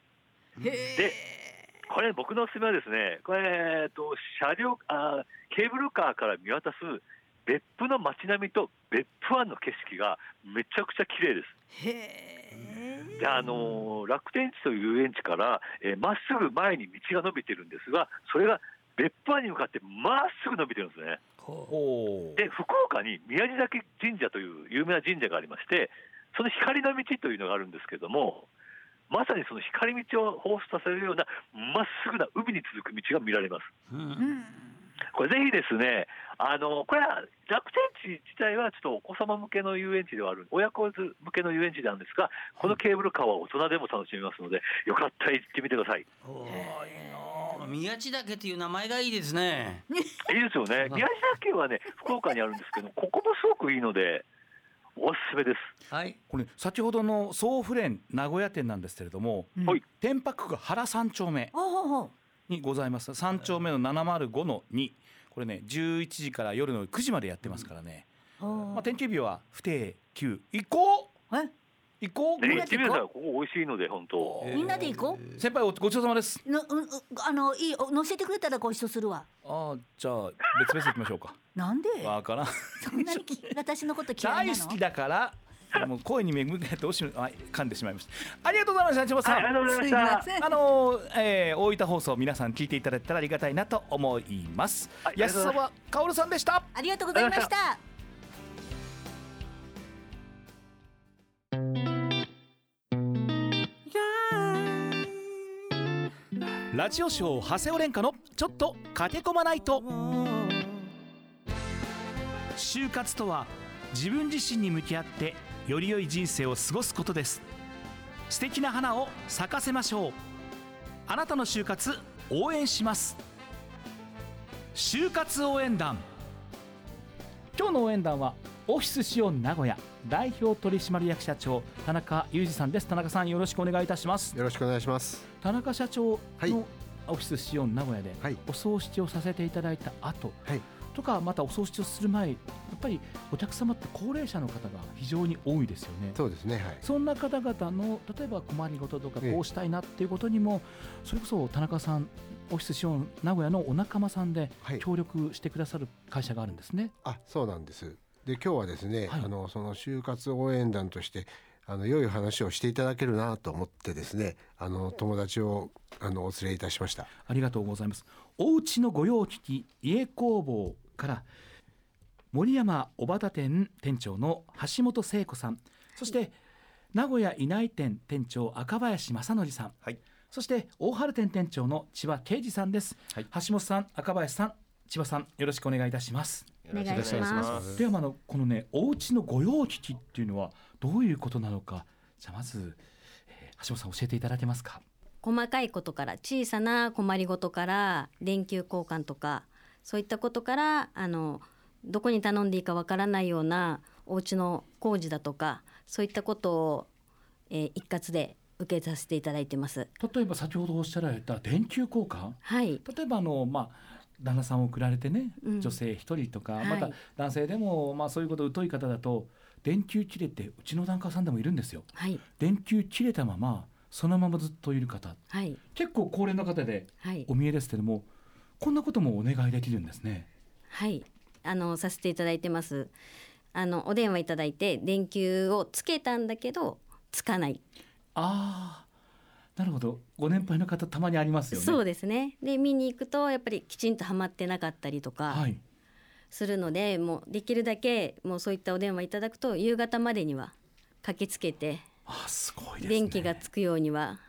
Speaker 4: す。で、これ僕のおすすめはですね、これ、えっと、車両あー、ケーブルカーから見渡す別府の街並みと別府湾の景色がめちゃくちゃ綺麗です。
Speaker 3: へえ
Speaker 4: で、あのー楽天地という遊園地からえーま、っすぐ前に道が伸びてるんですが、それが別府湾に向かってまっすぐ伸びてるんですね。
Speaker 2: こ
Speaker 1: おお。
Speaker 4: で、福岡に宮地嶽神社という有名な神社がありまして、その光の道というのがあるんですけども、まさにその光道を放出させるようなまっすぐな海に続く道が見られます。
Speaker 2: ううん
Speaker 3: うん
Speaker 4: これぜひですね、あのこれは楽天地自体はちょっとお子様向けの遊園地ではある、親子連れ向けの遊園地なんですが、このケーブルカーは大人でも楽しめますので、よかったら行ってみてください。
Speaker 2: おーいいのー宮地岳っていう名前がいいですね。
Speaker 4: いいですよね、宮地岳はね、福岡にあるんですけど、ここもすごくいいので、おすすめです。
Speaker 2: はい。
Speaker 1: これ先ほどのソーフレン名古屋店なんですけれども、
Speaker 3: うん
Speaker 4: はい
Speaker 1: 天白区が原三丁目
Speaker 3: あほうほう
Speaker 1: にございます。三丁目の705の2。これね11時から夜の9時までやってますからね。
Speaker 3: ほう
Speaker 1: まあ天気日は不定休。行こ
Speaker 3: え
Speaker 1: う行こう。
Speaker 4: ね、
Speaker 3: みん
Speaker 4: 行
Speaker 3: な
Speaker 4: って
Speaker 3: で
Speaker 4: み
Speaker 3: 行
Speaker 4: てください、
Speaker 3: こ
Speaker 4: ここ美味しいので、本当。
Speaker 1: えー
Speaker 3: みんなで行こ
Speaker 1: 先輩おごちそうさまです。
Speaker 3: うのうんうんあのいいお乗せてくれたらご一緒するわ
Speaker 1: ああじゃあ別々行きましょうか。
Speaker 3: なんで
Speaker 1: わからん。
Speaker 3: そんなにき私のこと嫌い
Speaker 1: 大
Speaker 3: なの
Speaker 1: 好きだから。もう声に恵まれてどうしようあ噛んでしまいました。ありがとうございました千葉さん。
Speaker 4: はい、ありがとうございまし
Speaker 3: すい
Speaker 4: た
Speaker 3: ま。せん
Speaker 1: [LAUGHS] あのーえー大分放送皆さん聞いていただいたらありがたいなと思います
Speaker 4: はい
Speaker 1: 安沢薫さんでした
Speaker 3: ありがとうございま
Speaker 4: あ
Speaker 3: し
Speaker 4: りがとう
Speaker 3: た
Speaker 1: ラジオショー長谷尾廉歌のちょっと駆け込まないと就活とは自分自身に向き合ってより良い人生を過ごすことです素敵な花を咲かせましょうあなたの就活応援します就活応援団今日の応援団はオフィスシオン名古屋代表取締役社長田中裕二さんです田中さんよろしくお願いいたします
Speaker 5: よろしくお願いします。
Speaker 1: 田中社長の、
Speaker 5: はい
Speaker 1: オフィスシオン名古屋で
Speaker 5: はい
Speaker 1: お葬式をさせていただいた後、
Speaker 5: はい
Speaker 1: とかまたお葬式をする前やっぱりお客様って高齢者の方が非常に多いですよね。
Speaker 5: そうですねはい
Speaker 1: そんな方々の例えば困りごととか
Speaker 5: ええ
Speaker 1: こうしたいなっていうことにもそれこそ田中さんオフィスシオン名古屋のお仲間さんで
Speaker 5: はい
Speaker 1: 協力してくださる会社があるんですね。
Speaker 5: あそうなんですで今日はですね、
Speaker 1: はい
Speaker 5: あのその就活応援団としてあの良い話をしていただけるなと思ってですねあの友達をあのお連れいたしました
Speaker 1: ありがとうございます。おうちの御用聞き家工房から森山小畑店店長の橋本聖子さん、そして名古屋稲井店店長赤林正則さん、
Speaker 6: はい
Speaker 1: そして大原店店長の千葉啓二さんです。
Speaker 6: はい
Speaker 1: 橋本さん、赤林さん、千葉さん、よろしくお願いいたします。
Speaker 6: よろくお願いしま
Speaker 1: ではまああのこのねお家の御用聞きっていうのはどういうことなのか、じゃあまず、えー橋本さん教えていただけますか。
Speaker 7: 細かいことから小さな困りごとから電球交換とかそういったことからあのどこに頼んでいいかわからないようなお家の工事だとかそういったことを、えー一括で受けさせていただいてます。
Speaker 1: 例えば先ほどおっしゃられた電球交換。
Speaker 7: はい、
Speaker 1: 例えばあの、まあ、旦那さんを送られてね、
Speaker 7: うん
Speaker 1: 女性一人とか、
Speaker 7: はい
Speaker 1: また男性でも、まあ、そういうこと疎い方だと電球切れてうちの檀家さんでもいるんですよ
Speaker 7: はい、
Speaker 1: 電球切れたままそのままずっといる方
Speaker 7: はい、
Speaker 1: 結構高齢の方で
Speaker 7: はい、
Speaker 1: お見えですけどもこんなこともお願いできるんですね。
Speaker 7: はい、あのさせていただいてます。あのお電話いただいて電球をつけたんだけどつかない
Speaker 1: あーなるほどご年配の方たまにありますよね。
Speaker 7: そうですね。で見に行くとやっぱりきちんとはまってなかったりとか、
Speaker 1: はい、
Speaker 7: するのでもうできるだけもうそういったお電話いただくと夕方までには駆けつけて
Speaker 1: あーすごいですね。
Speaker 7: 電気がつくようには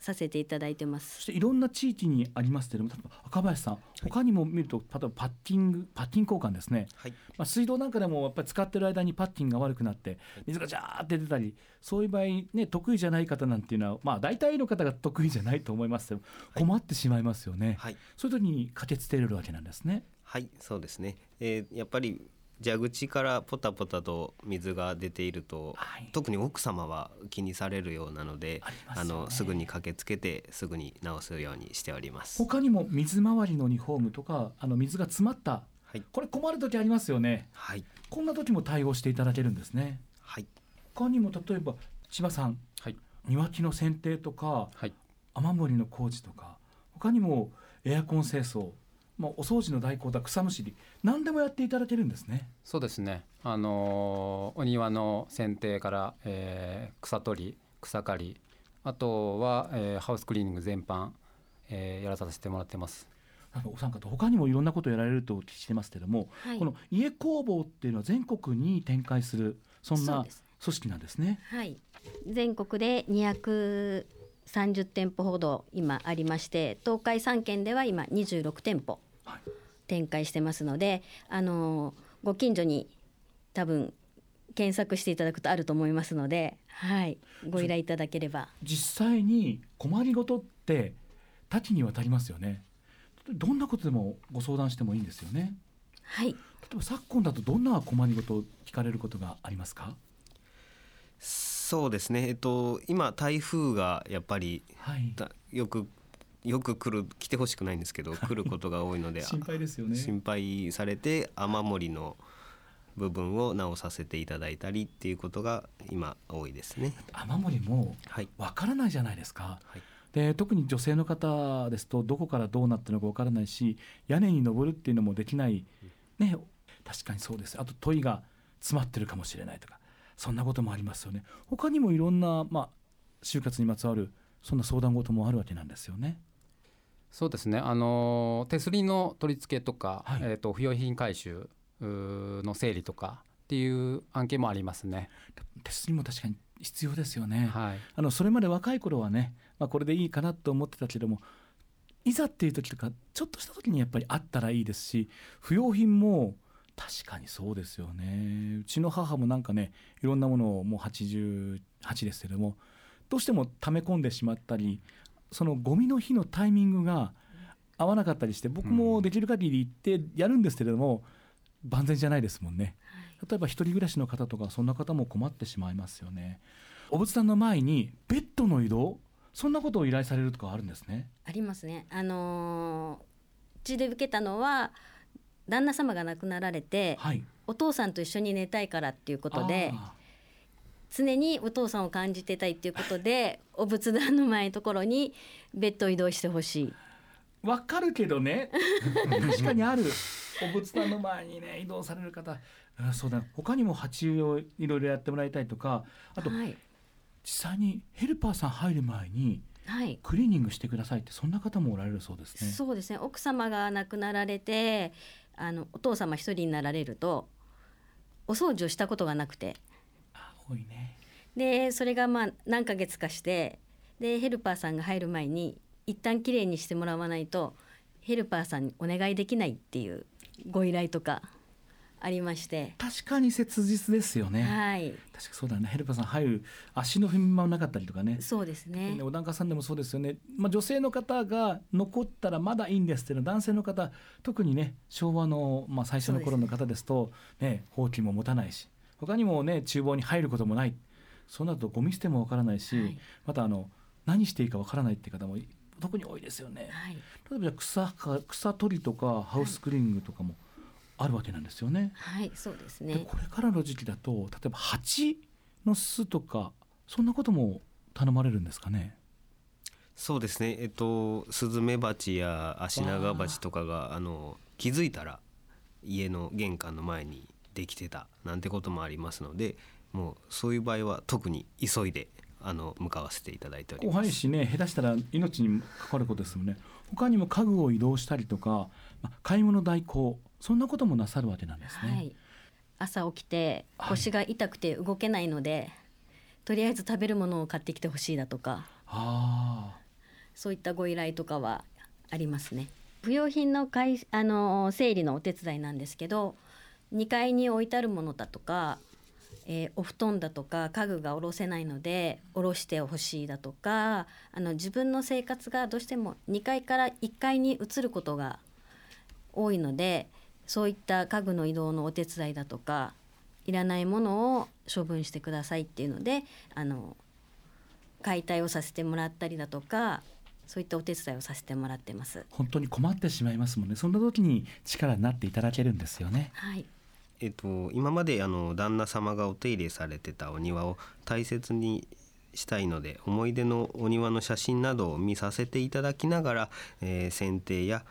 Speaker 7: させていただいてま
Speaker 1: そ
Speaker 7: す。
Speaker 1: していろんな地域にありますけれども、例えば赤林さん、他にも見ると、例えばパッティング、パッティング交換ですね。
Speaker 6: はい
Speaker 1: まあ水道なんかでもやっぱり使ってる間にパッティングが悪くなって、水がジャーって出たり、そういう場合ね得意じゃない方なんていうのは、まあ大体の方が得意じゃないと思いますけど、困ってしまいますよね。
Speaker 6: はい
Speaker 1: そういう時に駆けつけれるわけなんですね。
Speaker 6: はいそうですね、えーやっぱり蛇口からポタポタと水が出ていると、
Speaker 1: はい
Speaker 6: 特に奥様は気にされるようなので
Speaker 1: ありますよね
Speaker 6: のすぐに駆けつけてすぐに直すようにしております。
Speaker 1: 他にも水回りのリフォームとか、あの水が詰まった、
Speaker 6: はい
Speaker 1: これ困る時ありますよね。
Speaker 6: はい
Speaker 1: こんな時も対応していただけるんですね。
Speaker 6: はい
Speaker 1: 他にも例えば千葉さん、
Speaker 6: はい
Speaker 1: 庭木の剪定とか
Speaker 6: はい
Speaker 1: 雨漏りの工事とか他にもエアコン清掃、まあ、お掃除の代行だ草むしり何でもやっていただけるんですね
Speaker 8: そうですね。あのーお庭の剪定から、えー草取り、草刈り、あとは、えーハウスクリーニング全般、えーやらさせてもらってます。
Speaker 1: なんかお三方他にもいろんなことをやられるとお聞きしてますけども、
Speaker 7: はい
Speaker 1: こ、の家工房っていうのは全国に展開するそん
Speaker 7: そう
Speaker 1: な
Speaker 7: です
Speaker 1: 組織なんですね。
Speaker 7: はい、全国で230店舗ほど今ありまして東海3県では今26店舗
Speaker 1: はい
Speaker 7: 展開してますので、あのご近所に多分検索していただくとあると思いますので、はい、ご依頼いただければ。
Speaker 1: 実際に困りごとって多岐にわたりますよね。どんなことでもご相談してもいいんですよね。
Speaker 7: はい
Speaker 1: 例えば昨今だとどんな困りごとを聞かれることがありますか。
Speaker 6: そうですねえっと今台風がやっぱり
Speaker 1: はい。
Speaker 6: だよくよく来る来てほしくないんですけ
Speaker 1: [LAUGHS]
Speaker 6: ど来ることが多いので
Speaker 1: 心配ですよね。
Speaker 6: 心配されて雨漏りの部分を直させていただいたりっていうことが今多いですね。
Speaker 1: 雨漏りも
Speaker 6: はい、
Speaker 1: わからないじゃないですか。
Speaker 6: はい
Speaker 1: で特に女性の方ですとどこからどうなってるのかわからないし屋根に登るっていうのもできない、ね、確かにそうですあと問いが詰まってるかもしれないとかそんなこともありますよね他にもいろんな、まあ、就活にまつわるそんな相談事もあるわけなんですよね。
Speaker 8: そうですね。あのー手すりの取り付けとか、
Speaker 1: はい
Speaker 8: えっ、と不用品回収うーの整理とかっていう案件もありますね。
Speaker 1: 手すりも確かに必要ですよね。
Speaker 8: はい。
Speaker 1: あのそれまで若い頃はね、まあ、これでいいかなと思ってたけどもいざっていう時とかちょっとした時にやっぱりあったらいいですし不要品も確かにそうですよねうちの母もなんかねいろんなものをもう88ですけどもどうしても溜め込んでしまったりそのゴミの日のタイミングが合わなかったりして僕もできる限り行ってやるんですけれども、万全じゃないですもんね。例えば一人暮らしの方とかそんな方も困ってしまいますよね。お仏壇の前にベッドの移動そんなことを依頼されるとかあるんですね。
Speaker 7: ありますね。あのーうちで受けたのは旦那様が亡くなられて、
Speaker 1: はい。
Speaker 7: お父さんと一緒に寝たいからっていうことで
Speaker 1: あ
Speaker 7: 常にお父さんを感じてたいっていうこ
Speaker 1: [LAUGHS]
Speaker 7: とでお仏壇の前のところにベッドを移動してほしい。
Speaker 1: ーわかるけどね。確かにある。お仏壇の前にね移動される方。あそうだ。他にも鉢植えをいろいろやってもらいたいとか、あと
Speaker 7: はい、
Speaker 1: 実際にヘルパーさん入る前に
Speaker 7: はい
Speaker 1: クリーニングしてくださいってそんな方もおられるそうですね。
Speaker 7: そうですね奥様が亡くなられてあのお父様一人になられるとお掃除をしたことがなくて
Speaker 1: あ多いね。
Speaker 7: でそれがまあ何ヶ月かしてでヘルパーさんが入る前に一旦きれいにしてもらわないとヘルパーさんにお願いできないっていうご依頼とかありまして、
Speaker 1: 確かに切実ですよね。
Speaker 7: はい
Speaker 1: 確かそうだね。ヘルパーさん入る足の踏み間もなかったりとかね。
Speaker 7: そうですね
Speaker 1: ね、お檀家さんでもそうですよね、まあ、女性の方が残ったらまだいいんですっていうのは男性の方特にね昭和の、まあ、最初の頃の方ですとね放棄も持たないし他にもね厨房に入ることもないそうなるとゴミ捨てもわからないし、
Speaker 7: はい
Speaker 1: またあの何していいかわからないって方も特に多いですよね。
Speaker 7: はい
Speaker 1: 例えばじゃあ草か草取りとかハウスクリーニングとかもあるわけなんですよね。
Speaker 7: はいそうです
Speaker 1: で
Speaker 7: ね
Speaker 1: これからの時期だと例えば蜂の巣とかそんなことも頼まれるんですかね。
Speaker 6: そうですねえっとスズメバチやアシナガバチとかがあの気づいたら家の玄関の前にできてたなんてこともありますのでもうそういう場合は特に急いであの向かわせていただいておりま
Speaker 1: 怖
Speaker 6: す
Speaker 1: いしね下手したら命に関わることですよね他にも家具を移動したりとか、まあ買い物代行そんなこともなさるわけなんですね、
Speaker 7: はい朝起きて
Speaker 1: はい
Speaker 7: 腰が痛くて動けないので、とりあえず食べるものを買ってきてほしいだとか
Speaker 1: あ
Speaker 7: そういったご依頼とかはありますね。不用品の買いあの整理のお手伝いなんですけど2階に置いてあるものだとか、えーお布団だとか家具が下ろせないので下ろしてほしいだとかあの自分の生活がどうしても2階から1階に移ることが多いのでそういった家具の移動のお手伝いだとかいらないものを処分してくださいっていうのであの解体をさせてもらったりだとかそういったお手伝いをさせてもらってます。
Speaker 1: ー本当に困ってしまいますもんねそんな時に力になっていただけるんですよね
Speaker 7: はい、
Speaker 6: えっと、今まであの旦那様がお手入れされてたお庭を大切にしたいので思い出のお庭の写真などを見させていただきながら、えー剪定や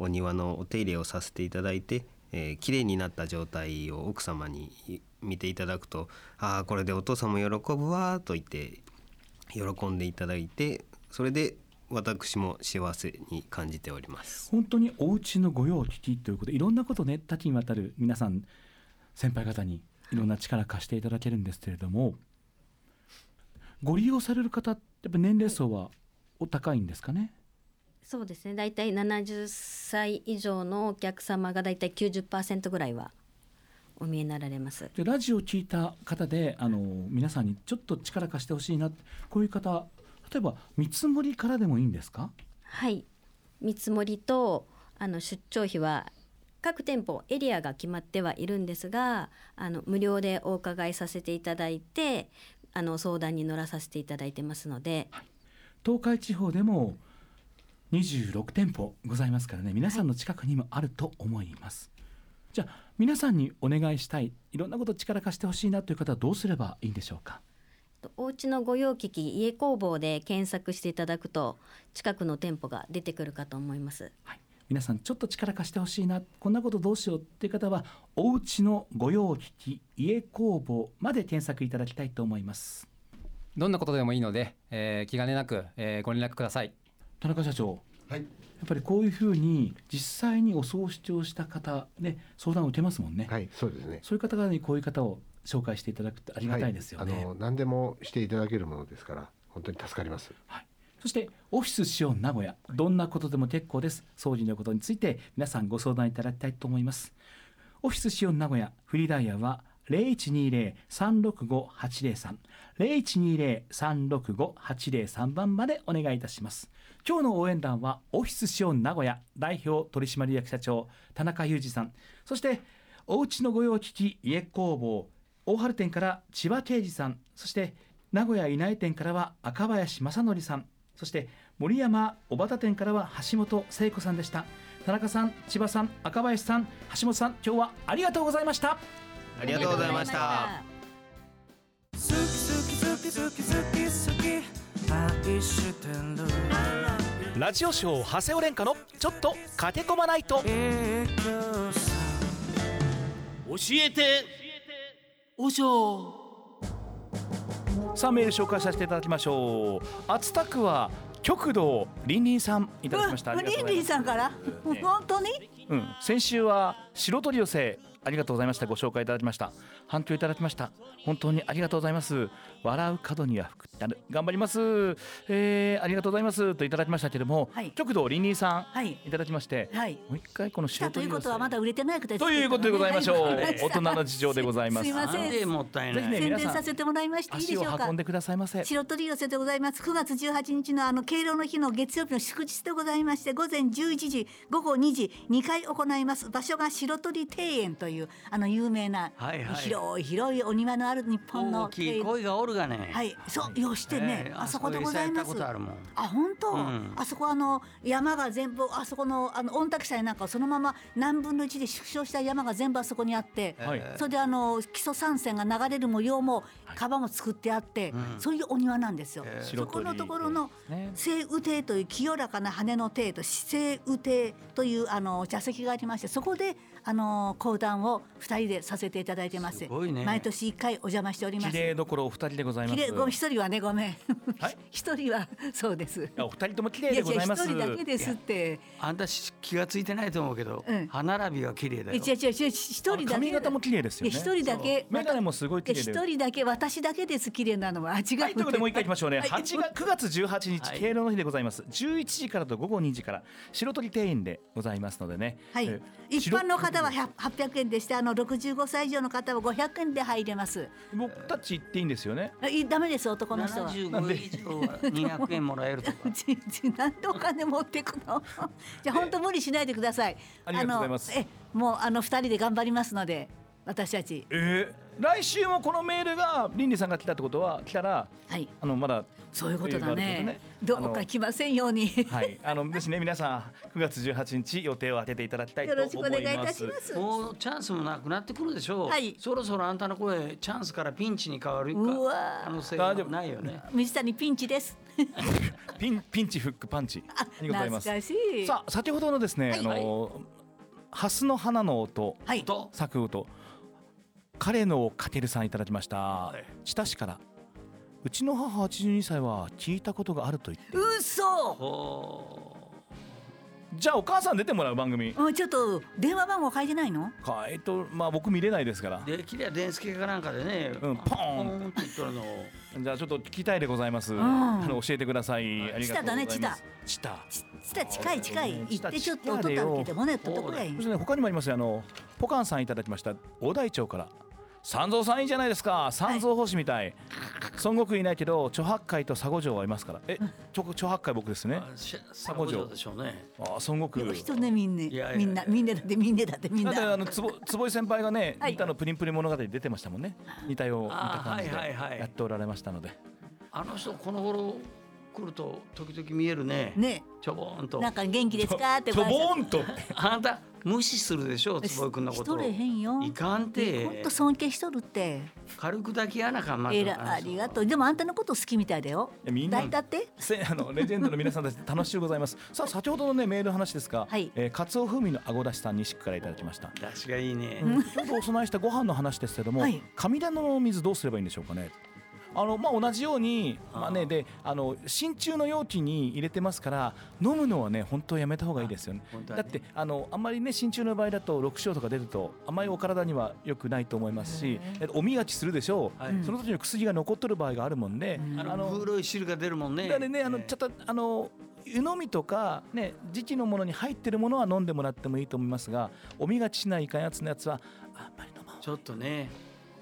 Speaker 6: お庭のお手入れをさせていただいて、えー、綺麗になった状態を奥様に見ていただくと「ああこれでお父さんも喜ぶわ」と言って喜んでいただいてそれで私も幸せに感じております。
Speaker 1: 本当にお家の御用聞きということでいろんなことね多岐にわたる皆さん先輩方にいろんな力貸していただけるんですけれどもご利用される方ってやっぱ年齢層はお高いんですかね
Speaker 7: そうですね。だいたい70歳以上のお客様がだいたい90%ぐらいはお見えになられます。
Speaker 1: でラジオ聞いた方であの皆さんにちょっと力貸してほしいなこういう方例えば見積もりからでもいいんですか
Speaker 7: はい、見積もりとあの出張費は各店舗エリアが決まってはいるんですが、あの無料でお伺いさせていただいて、あの相談に乗らさせていただいてますので、
Speaker 1: 東海地方でも26店舗ございますからね皆さんの近くにもあると思います、じゃあ皆さんにお願いしたいいろんなこと力貸してほしいなという方はどうすればいいんでしょうか
Speaker 7: お家の御用聞き家工房で検索していただくと近くの店舗が出てくるかと思います。
Speaker 1: はい、皆さんちょっと力貸してほしいなこんなことどうしようっていう方はおうちの御用聞き家工房まで検索いただきたいと思います
Speaker 8: どんなことでもいいので、えー気兼ねなく、えーご連絡ください。
Speaker 1: 田中社長
Speaker 5: は
Speaker 1: や
Speaker 5: い
Speaker 1: っぱりこういうふうに実際にお葬式をした方で相談を受けますもんね、
Speaker 5: はいそうですね
Speaker 1: そういう方々にこういう方を紹介していただくってありがたいですよね、
Speaker 5: はい、あの何でもしていただけるものですから本当に助かります
Speaker 1: そしてオフィスシオン名古屋どんなことでも結構です葬儀のことについて皆さんご相談いただきたいと思いますオフィスシオン名古屋フリーダイヤは0120-365-803 0120-365-803番までお願いいたします今日の応援団はオフィスシオン名古屋代表取締役社長田中裕二さんそしておうちの御用聞き家工房大春店から千葉啓二さんそして名古屋稲江店からは赤林正則さんそして森山小畑店からは橋本聖子さんでした田中さん千葉さん赤林さん橋本さん今日はありがとうございました
Speaker 6: ありがとうございました。
Speaker 1: ラジオショー長谷尾廉歌のちょっと駆け込まないと
Speaker 9: 教えておしょう
Speaker 1: さあメール紹介させていただきましょう熱田区は極道りんりんさんいただきましたありがとう
Speaker 3: リン
Speaker 1: ございま
Speaker 3: リン
Speaker 1: す
Speaker 3: さんから
Speaker 1: ね
Speaker 3: 本当に
Speaker 1: うん、先週は白鳥寄せありがとうございましたご紹介いただきました反響いただきました本当にありがとうございます笑う角には福なる頑張ります、えー、ありがとうございますといただきましたけれども、
Speaker 3: はい
Speaker 1: 極道りんりんさん、
Speaker 3: はい
Speaker 1: いただきまして、
Speaker 3: はい。
Speaker 1: もう一回この
Speaker 3: 来た
Speaker 1: 白
Speaker 3: と
Speaker 1: 鳥
Speaker 3: い
Speaker 1: 寄
Speaker 3: う
Speaker 1: せ
Speaker 3: ことはまだ売れてないこと
Speaker 1: ということでございましょう、
Speaker 3: は
Speaker 1: 大人の事情でございます
Speaker 3: すいません
Speaker 2: なんでもったい
Speaker 1: ぜひ
Speaker 2: な
Speaker 1: ね
Speaker 2: い。
Speaker 3: 宣
Speaker 1: 皆
Speaker 3: 伝
Speaker 1: さ
Speaker 3: さ
Speaker 1: ん
Speaker 3: せてもらいましていいで
Speaker 1: 足
Speaker 3: しょ
Speaker 1: を
Speaker 3: うか
Speaker 1: 運んでくださいませ
Speaker 3: 白鳥寄せでございます9月18日のあの敬老の日の月曜日の祝日でございまして午前11時午後2時2回行います場所が白鳥庭園というあの有名な
Speaker 2: はいはい
Speaker 3: 広い広いお庭のある日本の
Speaker 2: 大きい声がおるがね。
Speaker 3: はいそうよしてね、
Speaker 2: ええ
Speaker 3: あそこでございま
Speaker 2: あそ
Speaker 3: す
Speaker 2: こでされたことあるもん
Speaker 3: あ本当、
Speaker 2: うん
Speaker 3: あそこあの山が全部あそこのあの御嶽山なんかをそのまま何分の1で縮小した山が全部あそこにあって、
Speaker 1: はい
Speaker 3: それであの基礎山線が流れる模様も川も作ってあって、
Speaker 2: うん
Speaker 3: そういうお庭なんですよ。
Speaker 2: え
Speaker 1: 白
Speaker 3: そ
Speaker 1: 鳥
Speaker 3: このところの
Speaker 1: ね
Speaker 3: 聖雨亭という清らかな羽の亭と聖雨亭というあの茶席がありましてそこであの講談を二人でさせていただいてます
Speaker 2: すごいね
Speaker 3: 毎年一回お邪魔しております
Speaker 1: 綺麗どころお二人でございま
Speaker 3: 綺
Speaker 1: す
Speaker 3: 麗ごめん一人はねごめん
Speaker 1: はい
Speaker 3: [LAUGHS] 一人はそうです
Speaker 1: いやお二人とも綺麗でございます
Speaker 3: いや違う一人だけですって
Speaker 2: あんたし気がついてないと思うけど、
Speaker 3: うん
Speaker 2: 歯並びは綺麗だ
Speaker 3: い
Speaker 2: よ
Speaker 3: や。違う違う違う一人だけ
Speaker 1: 髪型も綺麗ですよね
Speaker 3: いや一人だけ
Speaker 1: メガネもすごい綺麗で
Speaker 3: 一人だけ私だけです綺麗なのはあ違う
Speaker 1: はい、ということでもう一回いきましょうね。
Speaker 3: はい
Speaker 1: 8月9月18日、
Speaker 2: はい
Speaker 1: 敬老の日でございます。11時からと午後2時から白鳥庭園でございますのでね。
Speaker 3: はい
Speaker 1: えー、
Speaker 3: 一般の方は
Speaker 1: 白
Speaker 3: 100 800円でしてあの65歳以上の方は500円で入れます
Speaker 1: 僕たち行っていいんですよね。
Speaker 3: いダメです男の人は
Speaker 2: 七十五以上は二百円もらえ
Speaker 3: [LAUGHS]
Speaker 2: るとか
Speaker 3: う。ちうちなんでお金持ってくの [LAUGHS] じゃあ本当無理しないでください
Speaker 1: ありがとうございます
Speaker 3: あのえもうあの二人で頑張りますので私たち
Speaker 1: えー、来週もこのメールがリンリさんが来たってことは来たら
Speaker 3: はい
Speaker 1: あのまだ
Speaker 3: そういうことだ
Speaker 1: 余裕がある
Speaker 3: ね
Speaker 1: って
Speaker 3: ど
Speaker 1: あの
Speaker 3: うか来ませんように [LAUGHS]
Speaker 1: はいあのですね皆さん9月18日予定を当てていただきたいと
Speaker 3: よ
Speaker 1: 思いま
Speaker 3: ろ
Speaker 1: す。
Speaker 3: しくお願いいたします
Speaker 2: もうチャンスもなくなってくるでしょう。
Speaker 3: はい
Speaker 2: そろそろあんたの声チャンスからピンチに変わるか
Speaker 3: うわー
Speaker 2: 可能性がないよね。
Speaker 3: 水谷ピンチです
Speaker 1: ピンピンチフックパンチ。ありがとうございます。
Speaker 3: 懐かしい
Speaker 1: さあ先ほどのですね、
Speaker 3: はい
Speaker 1: あのハスの花の音。
Speaker 3: はい
Speaker 2: と
Speaker 1: 作風と彼のかけるさんいただきました知多市からうちの母82歳は聞いたことがあると言って
Speaker 3: 嘘
Speaker 2: こ
Speaker 1: じゃあお母さん出てもらう番組
Speaker 3: もうちょっと電話番号書いてないの
Speaker 1: かえっとまあ僕見れないですから
Speaker 2: うできりゃ電子系かなんかでね、
Speaker 1: うんポーン
Speaker 2: ポって言っとるのを。
Speaker 1: じゃあちょっと聞きたいでございます、
Speaker 3: ん
Speaker 1: あの教えてください、ありがとうございます
Speaker 3: 知多だ
Speaker 1: 知多
Speaker 3: ねちちた近い近い
Speaker 1: うん
Speaker 3: 行ってちょっと音だけでもねとこがいい
Speaker 1: そしてね他にもありますよあのポカンさんいただきました大台町から三蔵さんいいじゃないですか三蔵法師みたい、孫悟空いないけど著白海と佐護城はいますからえ著著白海僕ですね
Speaker 2: サボジョでしょうね。
Speaker 1: あー孫悟空
Speaker 3: よ人ねみんない
Speaker 2: やいやいや
Speaker 3: みんなみんなだってみんなだってみん
Speaker 1: だってあ
Speaker 3: な
Speaker 1: の坪坪井先輩がね、
Speaker 3: はい
Speaker 1: 似たのプリンプリン物語に出てましたもんね似たよう似
Speaker 2: あー
Speaker 1: た感じで
Speaker 2: はいはいはい
Speaker 1: やっておられましたので、
Speaker 2: あの人この頃来ると時々見えるね。
Speaker 3: ね
Speaker 2: ちょぼーんと。
Speaker 3: なんか元気ですかって
Speaker 1: ちょぼ
Speaker 3: ん
Speaker 1: ーんと
Speaker 2: あんた無視するでしょ坪井君のこと
Speaker 3: しとれへんよ
Speaker 2: いかん
Speaker 3: ほん
Speaker 2: て
Speaker 3: と尊敬しとるって
Speaker 2: 軽く抱きやなかま
Speaker 3: えらありがとうでもあんたのこと好きみたいだよ
Speaker 1: いや [LAUGHS] みんな
Speaker 3: だいだって
Speaker 1: せあのレジェンドの皆さんたち楽しゅうございますさあ先ほどのねメールの話ですが、
Speaker 3: はい
Speaker 1: えー、カツオ風味のあごだしさん西区からいただきました
Speaker 2: 出汁がいいね、
Speaker 1: ちょうどお供えしたご飯の話ですけども、
Speaker 3: はい
Speaker 1: 神棚の水どうすればいいんでしょうかね。あのまあ、同じように、まあね、であの真鍮の容器に入れてますから飲むのはね本当はやめた方がいいですよね
Speaker 2: あ本当は
Speaker 1: だ
Speaker 2: ね
Speaker 1: ってあのあんまりね真鍮の場合だと6升とか出るとあんまりお体には良くないと思いますしだってお磨きするでしょう、
Speaker 2: はい
Speaker 1: その時の薬が残っとる場合があるもんで、
Speaker 2: あ
Speaker 1: あ
Speaker 2: の
Speaker 1: の
Speaker 2: 黒い汁が出るもんね
Speaker 1: だからね、あの
Speaker 2: ええ
Speaker 1: ちょっとあの湯飲みとかね時期のものに入ってるものは飲んでもらってもいいと思いますがお磨きしないかんやつのやつはあんまり飲まん
Speaker 2: ちょっとね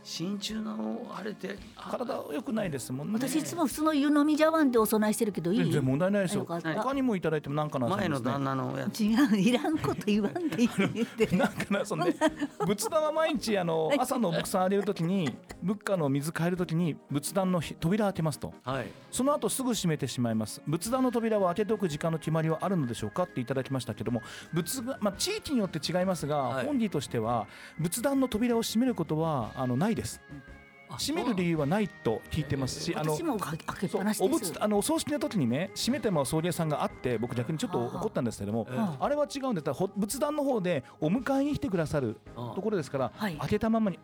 Speaker 2: 真鍮のあれってあ
Speaker 1: 体良くないですもんね
Speaker 3: 私いつも普通の湯飲み茶碗でお供えしてるけどい
Speaker 1: 全
Speaker 3: い
Speaker 1: 然問題ないです
Speaker 3: あ
Speaker 1: よ
Speaker 3: よかった
Speaker 1: 他にもいただいてもなんかなさん
Speaker 2: 前
Speaker 1: で
Speaker 2: の
Speaker 1: すね
Speaker 2: 旦那のやつ
Speaker 3: 違ういらんこと言わんでいいって
Speaker 1: なんかなそのね
Speaker 3: [LAUGHS]
Speaker 1: 仏壇は毎日あの朝の仏壇あげるときに
Speaker 3: [LAUGHS]
Speaker 1: 仏花の水変えるときに仏壇のひ扉を開けますと
Speaker 2: はい
Speaker 1: その後すぐ閉めてしまいます仏壇の扉を開けておく時間の決まりはあるのでしょうかっていただきましたけども仏が、まあ、地域によって違いますが、
Speaker 2: はい
Speaker 1: 本理としては仏壇の扉を閉めることはあのないです閉める理由はないと聞いてますし、あの
Speaker 3: 私も開けっ
Speaker 1: そう
Speaker 3: ぱなし
Speaker 1: お
Speaker 3: です
Speaker 1: 仏あのお葬式の時にね閉めても葬儀屋さんがあって僕逆にちょっと
Speaker 3: はあはあ
Speaker 1: 怒ったんですけども
Speaker 2: ええ
Speaker 3: は
Speaker 1: あれは違うんですだからほ仏壇の方でお迎えに来てくださる
Speaker 2: あ
Speaker 1: ところですから、
Speaker 3: はい
Speaker 1: 開けたままに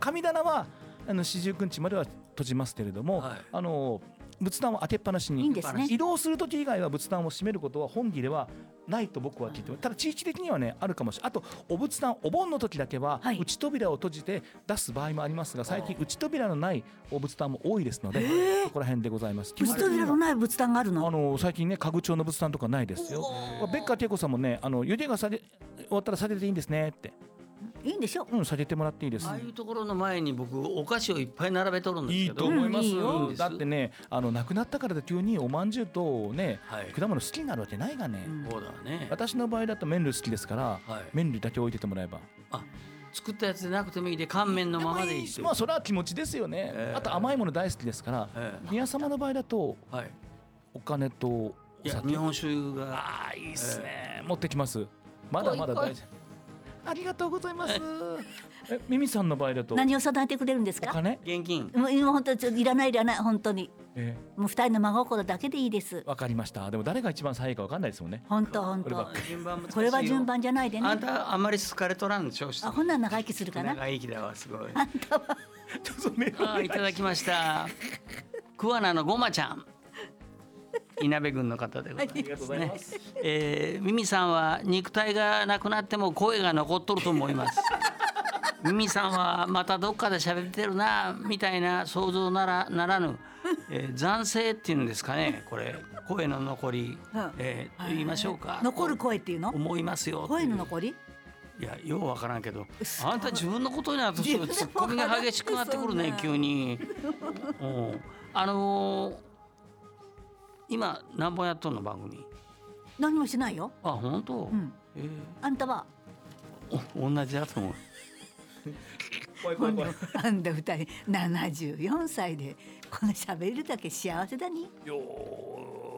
Speaker 1: 神棚はあの四十九日までは閉じますけれども、
Speaker 2: はい
Speaker 1: あの仏壇は開けっぱなしに
Speaker 3: いいんですね
Speaker 1: 移動する時以外は仏壇を閉めることは本義ではないと僕は聞いてますただ地域的にはねあるかもしれないあとお仏壇お盆の時だけは
Speaker 3: はい
Speaker 1: 内扉を閉じて出す場合もありますが最近内扉のないお仏壇も多いですのでそこら辺でございます
Speaker 3: 仏扉のない仏壇がある
Speaker 1: あ
Speaker 3: の
Speaker 1: の最近ね家具調の仏壇とかないですよベッカー恵子さんもねあの湯気がされ終わったら下げていいんですねって
Speaker 3: いいんでしょ
Speaker 1: うん下げてもらっていいです
Speaker 2: ああいうところの前に僕お菓子をいっぱい並べとるんです
Speaker 1: い
Speaker 2: け
Speaker 1: い
Speaker 2: ど
Speaker 1: と思います
Speaker 3: うんいいよ
Speaker 2: いいんです
Speaker 1: だってねあの亡くなったからで急におまんじゅうとね
Speaker 2: はい
Speaker 1: 果物好きになるわけないがね、
Speaker 3: うん
Speaker 2: そうだね
Speaker 1: 私の場合だと麺類好きですから、
Speaker 2: はい
Speaker 1: 麺類だけ置いててもらえば
Speaker 2: 作ったやつでなくてもいいで乾麺のままでいいって
Speaker 1: まあそれは気持ちですよね、
Speaker 2: ええ
Speaker 1: あと甘いもの大好きですから、
Speaker 2: え
Speaker 1: 宮様の場合だと
Speaker 2: えはい
Speaker 1: お金とお
Speaker 2: いや
Speaker 1: 酒
Speaker 2: 日本酒が
Speaker 1: ああいいっすね、持ってきますまだまだ大丈夫ありがとうございますえミミさんの場合だと
Speaker 3: 何をさだいてくれるんです
Speaker 1: お
Speaker 3: か
Speaker 1: 金
Speaker 2: 現金
Speaker 3: もう今本当にちょっといらないいらない本当に
Speaker 1: え
Speaker 3: もう二人の真心だけでいいです
Speaker 1: えわかりましたでも誰が一番最悪かわかんないですもんね
Speaker 3: 本当本
Speaker 1: こればっか
Speaker 3: 当
Speaker 1: り
Speaker 2: 順番難しいよ
Speaker 3: これは順番じゃないでね
Speaker 2: あんたあんまり好かれとらんでしょ
Speaker 3: あほんなら長生きするかな
Speaker 2: 長生きだわすごい
Speaker 1: ちょっとメールお
Speaker 2: あ
Speaker 1: 願
Speaker 2: ー
Speaker 1: い
Speaker 2: いただきました桑名のごまちゃん稲辺郡の方でございます、ね、ありがとうございます、えー、ミミさんは肉体がなくなっても声が残っとると思い
Speaker 3: [LAUGHS]
Speaker 2: ますミミさんはまたどっかで喋ってるなみたいな想像ならならぬ、えー、残声っていうんですかねこれ声の残り、
Speaker 3: うん
Speaker 2: えー、言いましょうか
Speaker 3: 残る声っていうの
Speaker 2: 思いますよっていう
Speaker 3: 声の残り
Speaker 2: いやようわからんけど
Speaker 3: すごい
Speaker 2: あんた自分のことになるとすぐツッコミが激しくなってくる
Speaker 3: そん
Speaker 2: ね
Speaker 3: な
Speaker 2: 急に。うんあのー今何本やっとんの番組
Speaker 3: 何もしないよ
Speaker 2: あ本当、
Speaker 3: ん
Speaker 2: えー
Speaker 3: あんたは
Speaker 2: お同じだと思う
Speaker 1: 怖い怖い怖い
Speaker 3: あんた二人七十四歳でこの喋るだけ幸せだに
Speaker 1: よ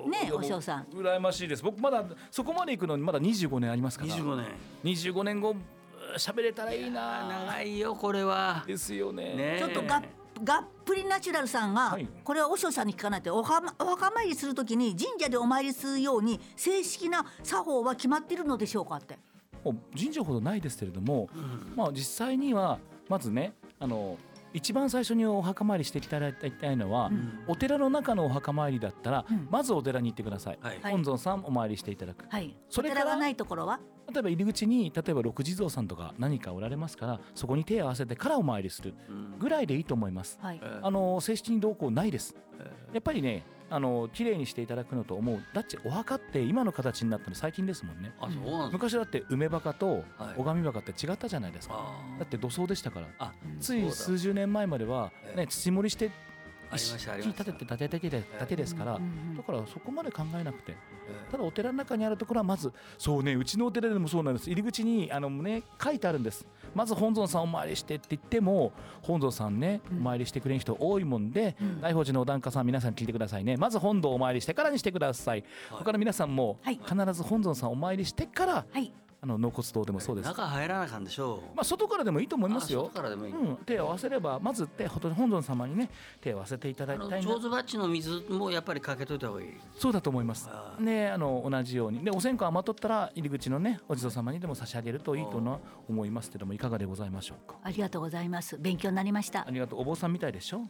Speaker 1: ー
Speaker 3: ねえ
Speaker 1: いや
Speaker 3: お嬢さん
Speaker 1: 僕羨ましいです僕まだそこまで行くのにまだ25年ありますから
Speaker 2: 25年
Speaker 1: 25年後うー喋れたらいい
Speaker 2: あ
Speaker 1: な
Speaker 2: 長いよこれは
Speaker 1: ですよね
Speaker 2: ね
Speaker 3: ちょっとがっがっぷりナチュラルさんが、
Speaker 1: はい
Speaker 3: これは和尚さんに聞かないとおはまお墓参りするときに神社でお参りするように正式な作法は決まってるのでしょうかって
Speaker 1: もう神社ほどないですけれども、まあ実際にはまずねあの一番最初にお墓参りしていただきたいのは、
Speaker 3: うん
Speaker 1: お寺の中のお墓参りだったら、
Speaker 3: うん
Speaker 1: まずお寺に行ってください、
Speaker 2: はい
Speaker 1: 本尊さんお参りしていただく、
Speaker 3: はい
Speaker 1: そ
Speaker 3: そ
Speaker 1: れ
Speaker 3: れ
Speaker 1: から
Speaker 3: がないところは
Speaker 1: 例えば入り口に例えば六地蔵さんとか何かおられますからそこに手を合わせてからお参りするぐらいでいいと思います、
Speaker 3: はい、
Speaker 2: え
Speaker 1: あの正式に同行ないです
Speaker 2: え
Speaker 1: やっぱりねあの綺麗にしていただくのと思うだってお墓って今の形になったの最近ですもんね
Speaker 2: あそうなんだ
Speaker 1: 昔だって梅墓と
Speaker 2: はい
Speaker 1: 拝み墓って違ったじゃないですか、
Speaker 2: あー
Speaker 1: だって土葬でしたから
Speaker 2: あ
Speaker 1: つい数十年前までは
Speaker 2: え、え
Speaker 1: ね、土盛りして
Speaker 2: ありましたあり
Speaker 1: 木
Speaker 2: ました
Speaker 1: 立てて建てだけでだけですから、
Speaker 3: うんうんうん
Speaker 1: だからそこまで考えなくて
Speaker 2: え
Speaker 1: ただお寺の中にあるところはまずそうねうちのお寺でもそうなんです入り口にあの、ね、書いてあるんですまず本尊さんお参りしてって言っても本尊さんねお参りしてくれる人多いもんで、
Speaker 3: うん
Speaker 1: 大宝寺のお檀家さん皆さん聞いてくださいねまず本堂お参りしてからにしてください、他の皆さんも
Speaker 3: はい
Speaker 1: 必ず本尊さんお参りしてから、
Speaker 3: はい、
Speaker 1: あの納骨堂でもそうです、
Speaker 2: 中入らなあかんでしょう、
Speaker 1: まあ、外からでもいいと思います
Speaker 2: あ
Speaker 1: よ
Speaker 2: 外からでもいい
Speaker 1: うん、手を合わせればまず手ほんと本尊様にね手を合わせていただ
Speaker 2: あ
Speaker 1: き
Speaker 2: の
Speaker 1: たい
Speaker 2: 上
Speaker 1: な
Speaker 2: 手バッチの水もやっぱりかけといた方がいい
Speaker 1: そうだと思います
Speaker 2: あー
Speaker 1: ねあの同じようにでお線香余っとったら入り口のねお地蔵様にでも差し上げるといいとな思いますけどもいかがでございましょうか
Speaker 3: ありがとうございます勉強になりました
Speaker 1: ありがとうお坊さんみたいでしょ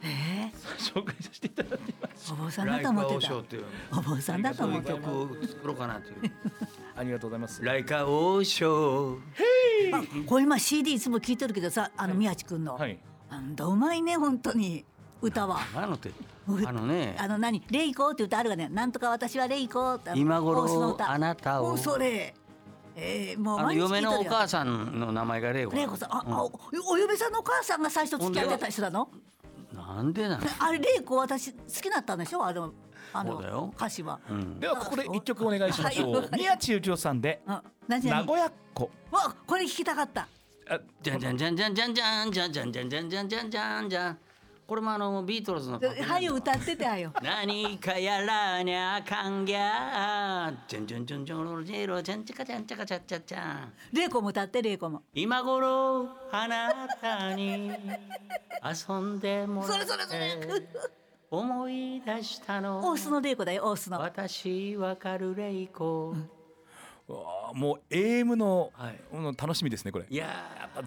Speaker 3: え
Speaker 1: 紹介させていただきま
Speaker 3: ー、お坊さん
Speaker 2: ラ
Speaker 3: だ
Speaker 2: イ
Speaker 3: と
Speaker 2: カー
Speaker 3: 思
Speaker 2: 王
Speaker 3: ってた
Speaker 2: 将っていう
Speaker 3: お坊さんだと
Speaker 2: そうい
Speaker 3: 思っ
Speaker 2: う
Speaker 3: てた
Speaker 2: 曲を作ろうかなと
Speaker 3: [LAUGHS]
Speaker 2: いう
Speaker 1: すありがとうございます
Speaker 2: ライカ王将
Speaker 3: これ今 CD いつも聞いてるけどさあの宮地君の、
Speaker 1: はい
Speaker 3: なんだうまいね本当に歌は
Speaker 2: あのって
Speaker 3: う
Speaker 2: あのね
Speaker 3: あの何レイコーって歌あるがねなんとか私はレイコーってあの
Speaker 2: 今
Speaker 3: 大須の
Speaker 2: 頃
Speaker 3: 歌
Speaker 2: あなた
Speaker 3: も
Speaker 2: を
Speaker 3: うそれええー、もう
Speaker 2: あの
Speaker 3: 毎日聞
Speaker 2: 嫁
Speaker 3: いと
Speaker 2: の
Speaker 3: る
Speaker 2: お
Speaker 3: よ
Speaker 2: 母さんの名前が玲子
Speaker 3: 玲子さんあ、あおお嫁さんのお母さんが最初付き合ってた人なの
Speaker 2: なんでなの
Speaker 3: あれ玲子私好きだったんでしょあのあ
Speaker 2: そうだよ
Speaker 3: の歌詞は、
Speaker 2: うん
Speaker 1: ではここで一曲お願いしましょ
Speaker 3: は
Speaker 1: う
Speaker 3: い
Speaker 1: 宮地幸雄さんで
Speaker 3: あ何
Speaker 1: 名
Speaker 3: 々
Speaker 1: 古屋っ子
Speaker 3: わこれ聞きたかった
Speaker 1: あ
Speaker 2: じゃんじゃんじゃんじゃんじゃんじゃんじゃんじゃんじゃんじゃんじゃんじゃんじゃんじゃんこれもあのビートルズのパクリなんだ
Speaker 3: は
Speaker 2: わ
Speaker 3: い歌ってたよ
Speaker 2: 何かやらにゃあかんぎゃじゃんじゃんじゃんじゃんロジェロじゃんちゃかじゃんちゃかちゃっちゃっちゃん
Speaker 3: 玲子も歌って玲子も
Speaker 2: 今頃あなたに遊んでもらって
Speaker 3: それそれ
Speaker 2: 思い出した
Speaker 3: 大
Speaker 2: の
Speaker 3: 須の玲子だよ大須の
Speaker 2: 私わかるレイコ
Speaker 1: うわーもう AM の、
Speaker 2: はい
Speaker 1: この楽しみですねこれ
Speaker 2: いや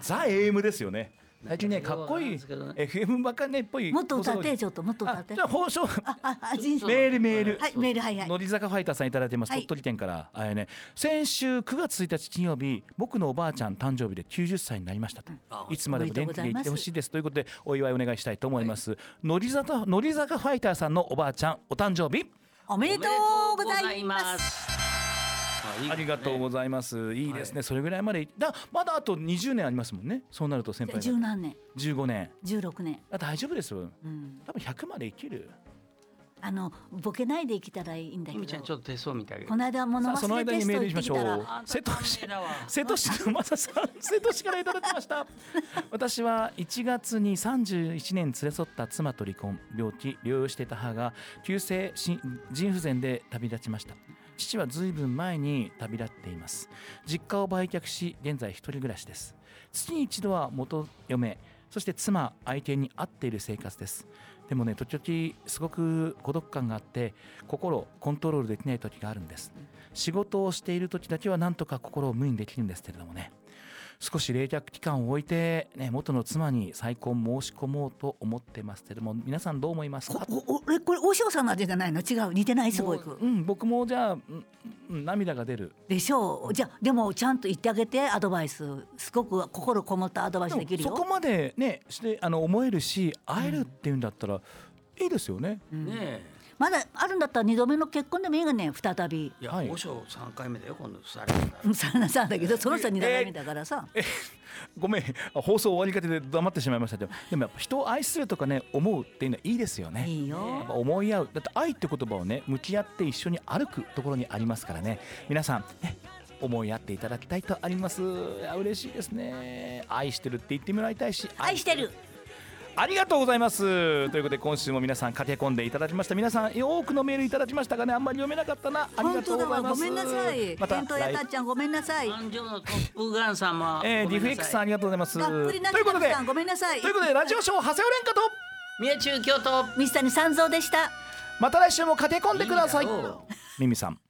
Speaker 1: ザ AM ですよね最近ね
Speaker 2: なんか
Speaker 1: かっこいい
Speaker 2: よくわかんない
Speaker 1: FM ばっかりねっぽい
Speaker 3: もっと歌って
Speaker 1: じ
Speaker 3: ちょっともっと歌って
Speaker 1: じゃあ報奨
Speaker 3: あああ人生
Speaker 1: メールメール
Speaker 3: はいメールはいはい
Speaker 1: 乃木坂ファイターさんいただいてます、
Speaker 3: はい
Speaker 1: 鳥取県からあやね先週9月1日金曜日僕のおばあちゃん誕生日で90歳になりましたといつまでも元気でいてほしいですということでお祝いお願いしたいと思います、乃木坂乃木坂ファイターさんのおばあちゃんお誕生日
Speaker 3: おめ
Speaker 2: ー
Speaker 3: でとうございます
Speaker 2: す
Speaker 1: ありがとうございますいいですね、それぐらいまでだまだあと20年ありますもんねそうなると先輩
Speaker 3: 十
Speaker 1: が
Speaker 3: 何年
Speaker 1: 15年
Speaker 3: 十六年
Speaker 1: あ大丈夫ですよ
Speaker 3: うん
Speaker 1: 多分100まで生きる
Speaker 3: あのボケないで生きたらいいんだけ
Speaker 2: ゆみちゃんちょ
Speaker 3: ど
Speaker 2: っと手相見てあげる
Speaker 3: この間物
Speaker 1: さあその
Speaker 3: 忘れ
Speaker 1: 間
Speaker 3: テ
Speaker 1: に
Speaker 3: ス
Speaker 1: メー
Speaker 3: ト
Speaker 1: ル
Speaker 3: 行
Speaker 1: し
Speaker 3: っ
Speaker 1: ましょ
Speaker 3: てきたら
Speaker 1: う
Speaker 2: あんた
Speaker 1: 瀬戸市
Speaker 2: ダメだわ
Speaker 1: 瀬戸市のまささん瀬戸市からいただきま
Speaker 3: [LAUGHS]
Speaker 1: した私は1月に31年連れ添った妻と離婚病気療養していた母が急性心腎不全で旅立ちました父は随分前に旅立っています実家を売却し現在一人暮らしです月に一度は元嫁そして妻相手に会っている生活ですでもね時々すごく孤独感があって心をコントロールできない時があるんです仕事をしている時だけはなんとか心を無にできるんですけれどもね少し冷却期間を置いて、ね、元の妻に再婚申し込もうと思ってますけれども皆さんどう思いますか
Speaker 3: こおお俺これ大塩さんの味じゃないの違う似てないすごい
Speaker 1: うん、僕もじゃあ、うんうん涙が出る
Speaker 3: でしょうじゃあでもちゃんと言ってあげてアドバイスすごく心こもったアドバイスできる
Speaker 1: でもそこ
Speaker 3: よ
Speaker 1: までねしてあの思えるし会えるっていうんだったら、いいですよね
Speaker 2: ね
Speaker 3: まだあるんだったら二度目の結婚でもいいがね再び
Speaker 2: えいや
Speaker 1: はい
Speaker 2: 五章三回目だよ今度され
Speaker 3: うんさなさんだけどその人は二度目だからさ、
Speaker 1: ごめん [LAUGHS] あ放送終わりかけで黙ってしまいましたけどでもやっぱ人を愛するとかね思うっていうのはいいですよね
Speaker 3: いい
Speaker 1: やっ
Speaker 3: よ
Speaker 1: ぱ思い合うだって愛って言葉をね向き合って一緒に歩くところにありますからね皆さんね思い合っていただきたいとありますいや嬉しいですね愛してるって言ってもらいたいし
Speaker 3: 愛してる
Speaker 1: ありがとうございますということで今週も皆さん駆け込んでいただきました皆さん多くのメールいただきましたがねあんまり読めなかったなあり
Speaker 3: 本
Speaker 1: がと
Speaker 3: 当
Speaker 1: う
Speaker 3: だ
Speaker 1: ござい
Speaker 3: わ
Speaker 1: ま
Speaker 3: ご
Speaker 1: す
Speaker 3: めんなさい
Speaker 1: また、
Speaker 3: 弁当屋たっちゃんごめんなさい
Speaker 2: 誕生のトップガンさんも
Speaker 1: えー、リフレックスさんありがとうございます
Speaker 3: がっぷりなっ
Speaker 1: ということで
Speaker 3: ちゃんごめんなさい
Speaker 1: ということでラジオショー長谷尾廉歌と
Speaker 2: 宮中京都
Speaker 3: 水谷三蔵でした
Speaker 1: また来週も駆け込んでください
Speaker 2: いいだろ
Speaker 1: ミミさん